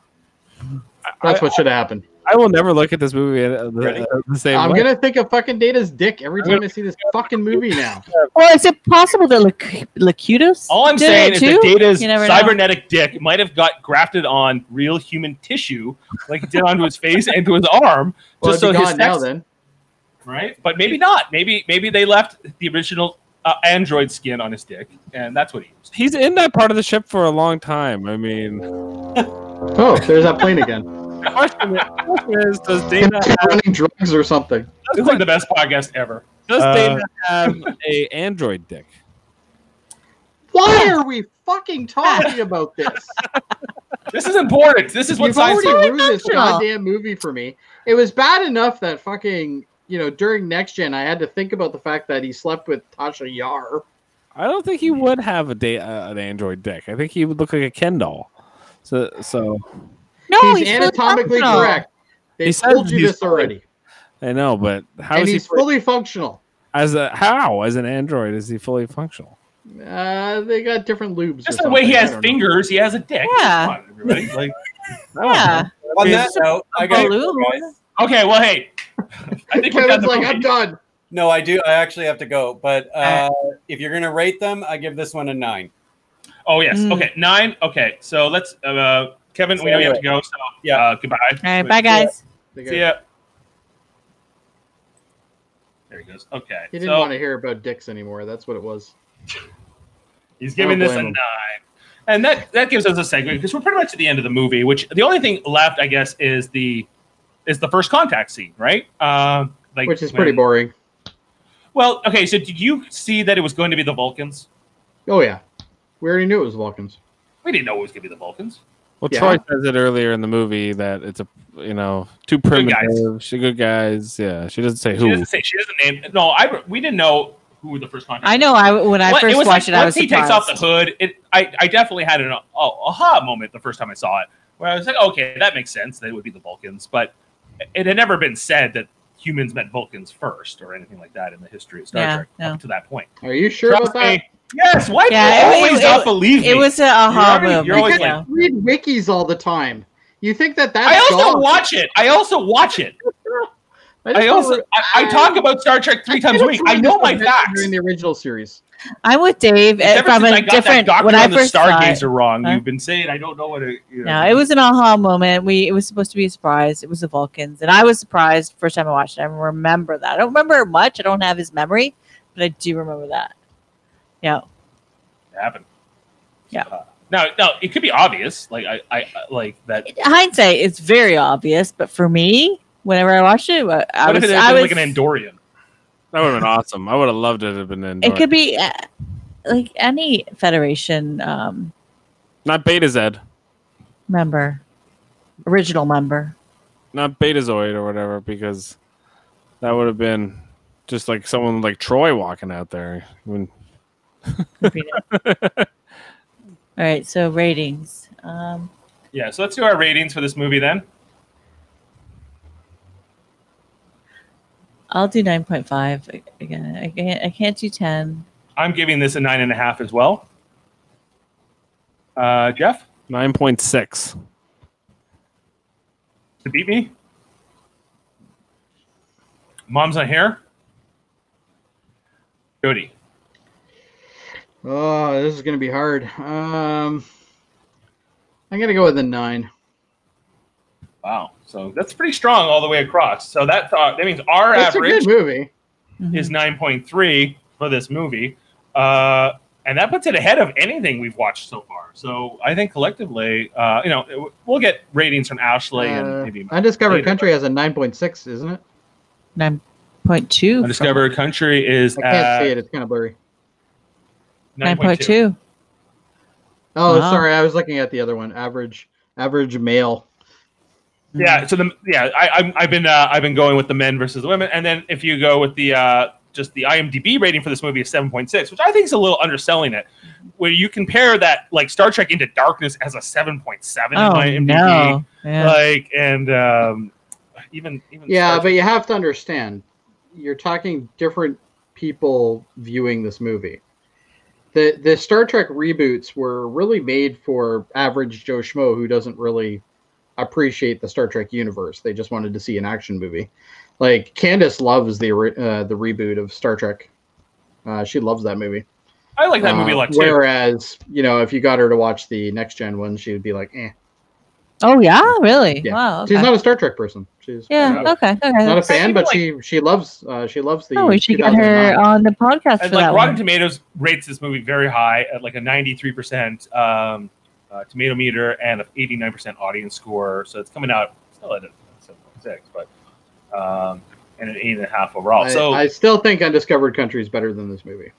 That's what should have happened.
I will never look at this movie uh, the, uh, the same
I'm
way.
gonna think of fucking Data's dick every time I see this fucking movie now.
Or is it possible that Lac- Lacutus?
All I'm
did
saying
it
is
too?
that Data's
You never know.
cybernetic dick might have got grafted on real human tissue, like it did onto his face and to his arm,
Well,
just
it'd be
so his
gone now
sex-
then.
right? But maybe not. Maybe maybe they left the original uh, android skin on his dick, and that's what he used.
He's in that part of the ship for a long time. I mean,
Oh, there's that plane again.
the question is, the question is, does Data
uh,
have,
Running drugs or something.
It's like the best podcast ever.
does
Uh,
Data have a android dick?
Why are we fucking talking about this?
This is important. This is what
You've
science.
already ruined this goddamn movie for me. It was bad enough that fucking you know during next gen I had to think about the fact that he slept with Tasha Yar.
I don't think he would have a da- uh, an android dick. I think he would look like a Ken doll. So, so
No, fully
he's, anatomically
functional.
correct. They
He says
told you
he's
this already,
I know, but how is
and he's
he fully,
fully functional.
as a how as an android is he fully functional?
Uh, they got different lubes.
Just
or
the way he
something, I
has
don't know.
fingers, he has a dick.
Yeah.
Come on, everybody. Like,
Yeah.
On that note, I got
Balloon.
okay, well, hey, I think we got
Kevin's
the
like,
movie.
I'm done.
No, I do. I actually have to go. But uh, if you're gonna rate them, I give this one a nine.
Oh yes.
Mm.
Okay, nine. Okay, so let's. Uh, Kevin, we know you have to go. So yeah, uh, goodbye.
All right, bye guys.
They got-
See ya. There he goes. Okay,
He didn't
so
want to hear about dicks anymore. That's what it was.
he's giving
I don't
this a
blame
nine,
him.
and that that gives us a segue because we're pretty much at the end of the movie. Which the only thing left, I guess, is the is the first contact scene, right? Uh, like
Which is
when-
pretty boring.
Well, okay. So did you see that it was going to be the Vulcans?
Oh yeah, we already knew it was Vulcans.
We didn't know it was going to be the Vulcans.
Well,
Yeah.
Troy says it earlier in the movie that it's a you know too primitive. She good guys. Yeah, she doesn't say
She
who.
doesn't say. She doesn't name. No, I we didn't know who the first contact.
I know. I when I
Well,
first
was
watched
like,
it, I was
once he
surprised.
takes off the hood, it I, I definitely had an oh, aha moment the first time I saw it, where I was like, okay, that makes sense. They would be the Vulcans, but it had never been said that humans met Vulcans first or anything like that in the history of Star
Yeah,
Trek
no.
up to that point.
Are you sure
Trust
about that?
me. Yes, why do
Yeah,
you
it-
always
it-
not believe me?
It was a aha
already-
move.
you're always
you
like,
know.
Read wikis all the time. You think that that's
I also
gone?
watch it. I also watch it.
I, just
I
don't
also
re-
I, I talk about Star Trek three times a week. I know my facts.
during the original series.
I'm with Dave and
Ever
Uh, from
since
a
I got that
different.
doctor
When I
on the
first saw it,
Stargazer wrong,
Huh?
you've been saying I don't know what it. You know,
no, it was an aha moment. We it was supposed to be a surprise. It was the Vulcans, and I was surprised first time I watched it. I remember that. I don't remember much. I don't have his memory, but I do remember that. Yeah,
happen.
Yeah.
Uh, now, now it could be obvious, like I, I like that.
hindsight it's very obvious, but for me, whenever I watched it, I, I
what
was
if it
I
had been
was
like an Andorian?
That would have been awesome. I would have loved it. Have been in.
it could be uh, like any Federation um,
not Beta Zed,
member, original member.
not Betazoid or whatever, because that would have been just like someone like Troy walking out there. When-
All right, so ratings. Um,
Yeah, so let's do our ratings for this movie then.
I'll do nine point five again. I can't. I can't do ten.
I'm giving this a nine and a half as well. Uh, Jeff,
nine point six.
to beat me. Mom's not here. Jody,
Oh, this is going to be hard. Um, I'm going to go with a nine.
Wow. So that's pretty strong all the way across. So that uh, that means our
It's a
average
good movie.
Mm-hmm.
is 9.3 for this movie. Uh, and that puts it ahead of anything we've watched so far. So I think collectively, uh, you know, we'll get ratings from Ashley and
Uh,
maybe
Undiscovered
later.
Country has a 9.6, isn't it?
Nine point two.
Undiscovered Country is
I can't
at
see it. It's kind of blurry.
Nine point two.
Oh,
Wow.
sorry. I was looking at the other one. Average, average male.
Yeah. So the yeah, I, I'm, I've been uh, I've been going with the men versus the women, and then if you go with the uh, just the IMDb rating for this movie is seven point six, which I think is a little underselling it. Where you compare that like Star Trek Into Darkness as a seven point seven
Oh,
in IMDb,
no. Yeah.
like and um, even even
Yeah,
Star
but you have to understand, you're talking different people viewing this movie. The the Star Trek reboots were really made for average Joe Schmo who doesn't really appreciate the Star Trek universe. They just wanted to see an action movie. Like Candace loves the ori- uh, the reboot of Star Trek. Uh, she loves that movie.
I like that movie a
Uh,
lot too.
Whereas, you know, if you got her to watch the next gen one, she would be like, eh.
Oh yeah, really?
Yeah.
Wow.
She's
okay.
not a Star Trek person. She's
Yeah. Okay. Okay.
not a
that's-
fan, but she she loves uh, she loves the.
Oh, we should get her
2009.
on the podcast for
and like
that
Rotten
one.
Tomatoes rates this movie very high at like a 93% um, uh, tomato meter and an 89% audience score. So it's coming out still at a 7.6, but um, and an eight and a half overall.
I,
Oh, so
I still think Undiscovered Country is better than this movie,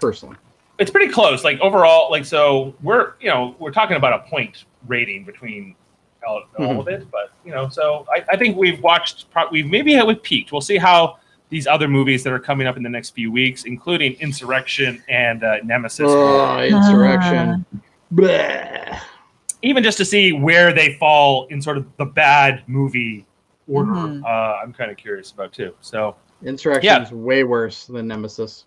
personally.
it's pretty close. Like overall, like so we're you know we're talking about a point rating between all, all
Mhm.
of it, but you know so I, I think we've watched pro- we've maybe had we've peaked. We'll see how. These other movies that are coming up in the next few weeks, including Insurrection and uh, Nemesis.
Oh, Insurrection. Bleh.
even just to see where they fall in sort of the bad movie order.
Mhm.
Uh, I'm kind of curious about too. So
Uh,
Insurrection
Yeah.
is way worse than Nemesis.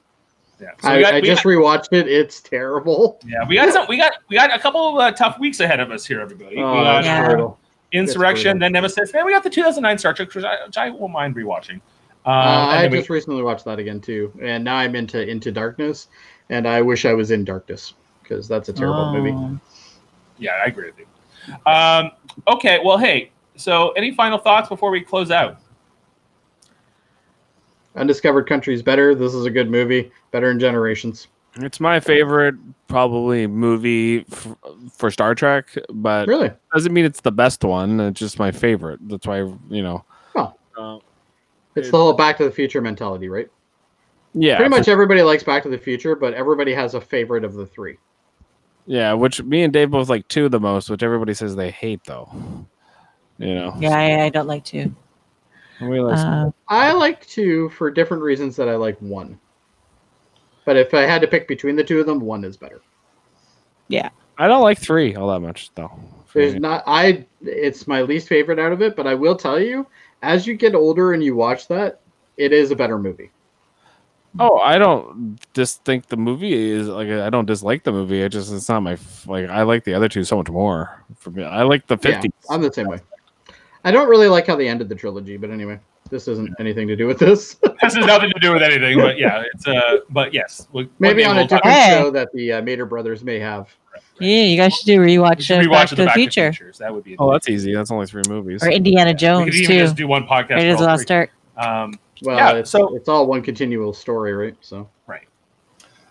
yeah, so
I,
we got,
I
we
just
got,
rewatched it. It's terrible.
yeah, we got some, we got we got a couple of uh, tough weeks ahead of us here, everybody.
Oh,
we got
that's brutal.
Insurrection,
brutal.
then Nemesis, then we got the 2009 Star Trek, which I, which I won't mind rewatching. Uh,
Uh, I
and then we-
just recently watched that again too, and now I'm into Into Darkness, and I wish I was in Darkness because that's a terrible movie.
yeah, I agree with you. Um, okay, well, hey, so any final thoughts before we close out?
Undiscovered Country is better. This is a good movie. Better in generations.
It's my favorite, probably movie f- for Star Trek, but
Really?
doesn't mean it's the best one. It's just my favorite. That's why you know.
Huh.
Uh,
It's the whole Back to the Future mentality, right?
Yeah,
Pretty much
for-
everybody likes Back to the Future, but everybody has a favorite of the three.
yeah. Which me and Dave both like two the most, which everybody says they hate though. You know,
Yeah, I, I don't like to.
we like
Uh,
I like two for different reasons that I like one. But if I had to pick between the two of them, one is better.
yeah.
I don't like three all that much though.
There's not I it's my least favorite out of it, but I will tell you, as you get older and you watch that, it is a better movie.
Oh, I don't just think the movie is like I don't dislike the movie. I just it's not my f- like I like the other two so much more. For me, I like the
Yeah,
fifties.
I'm the same way. I don't really like how they ended the trilogy, but anyway, this isn't anything to do with this.
This has nothing to do with anything, but yeah, it's uh, but yes, we- one
Maybe
day
on
we'll
a
talk-
different show that the uh, Mater brothers may have.
Yeah, you guys should do rewatch,
should
of
rewatch
Back
the
to the
Back to the
Future
Futures. That would be
Oh, that's easy. That's only three movies.
or Indiana
we
Jones
could even
too.
just do one podcast.
Raiders of
for
the
all
Lost
three.
Ark.
Um,
Well,
Yeah,
it's, it's all one continual story, right? So
right.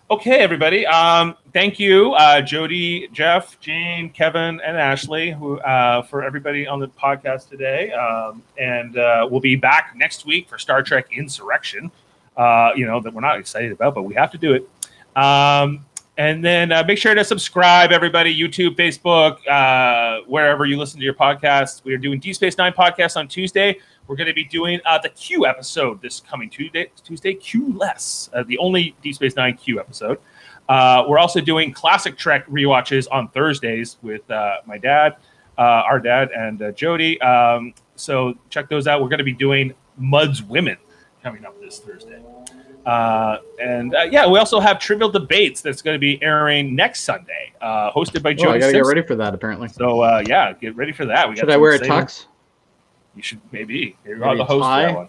Okay, everybody. Um, thank you, uh, Jody, Jeff, Jane, Kevin, and Ashley, who uh, for everybody on the podcast today. Um, and uh, we'll be back next week for Star Trek Insurrection. Uh, you know that we're not excited about, but we have to do it. Um, And then uh, make sure to subscribe, everybody. YouTube, Facebook, uh, wherever you listen to your podcasts. We are doing D Space Nine podcast on Tuesday. We're going to be doing uh, the Q episode this coming Tuesday. Tuesday, Q less, uh, the only D Space Nine Q episode. Uh, we're also doing classic Trek rewatches on Thursdays with uh, my dad, uh, our dad, and uh, Jody. Um, so check those out. We're going to be doing Mud's Women coming up this Thursday. Uh, and uh, yeah, we also have Trivial Debates that's going to be airing next Sunday, uh, hosted by
Oh,
Jody.
I gotta get
Simpson.
ready for that. Apparently,
So uh, yeah, get ready for that. We got
should I
some
wear a
exciting-
tux?
You should maybe. You're
Maybe
the host
tie?
for that one.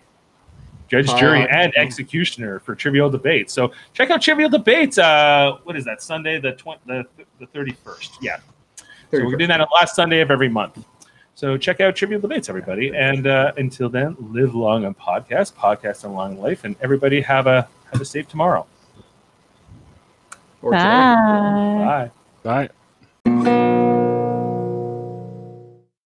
Judge,
Tie
jury,
on.
and executioner for Trivial Debates. So check out Trivial Debates. Uh, what is that? Sunday the twen- the the thirty first. Yeah. So we're
31st.
doing that on the last Sunday of every month. So check out Trivial Debates, everybody. And uh, until then, live long on podcast, podcast on long life, and everybody have a have a safe tomorrow.
Bye. Ah.
Bye.
Bye.
Bye.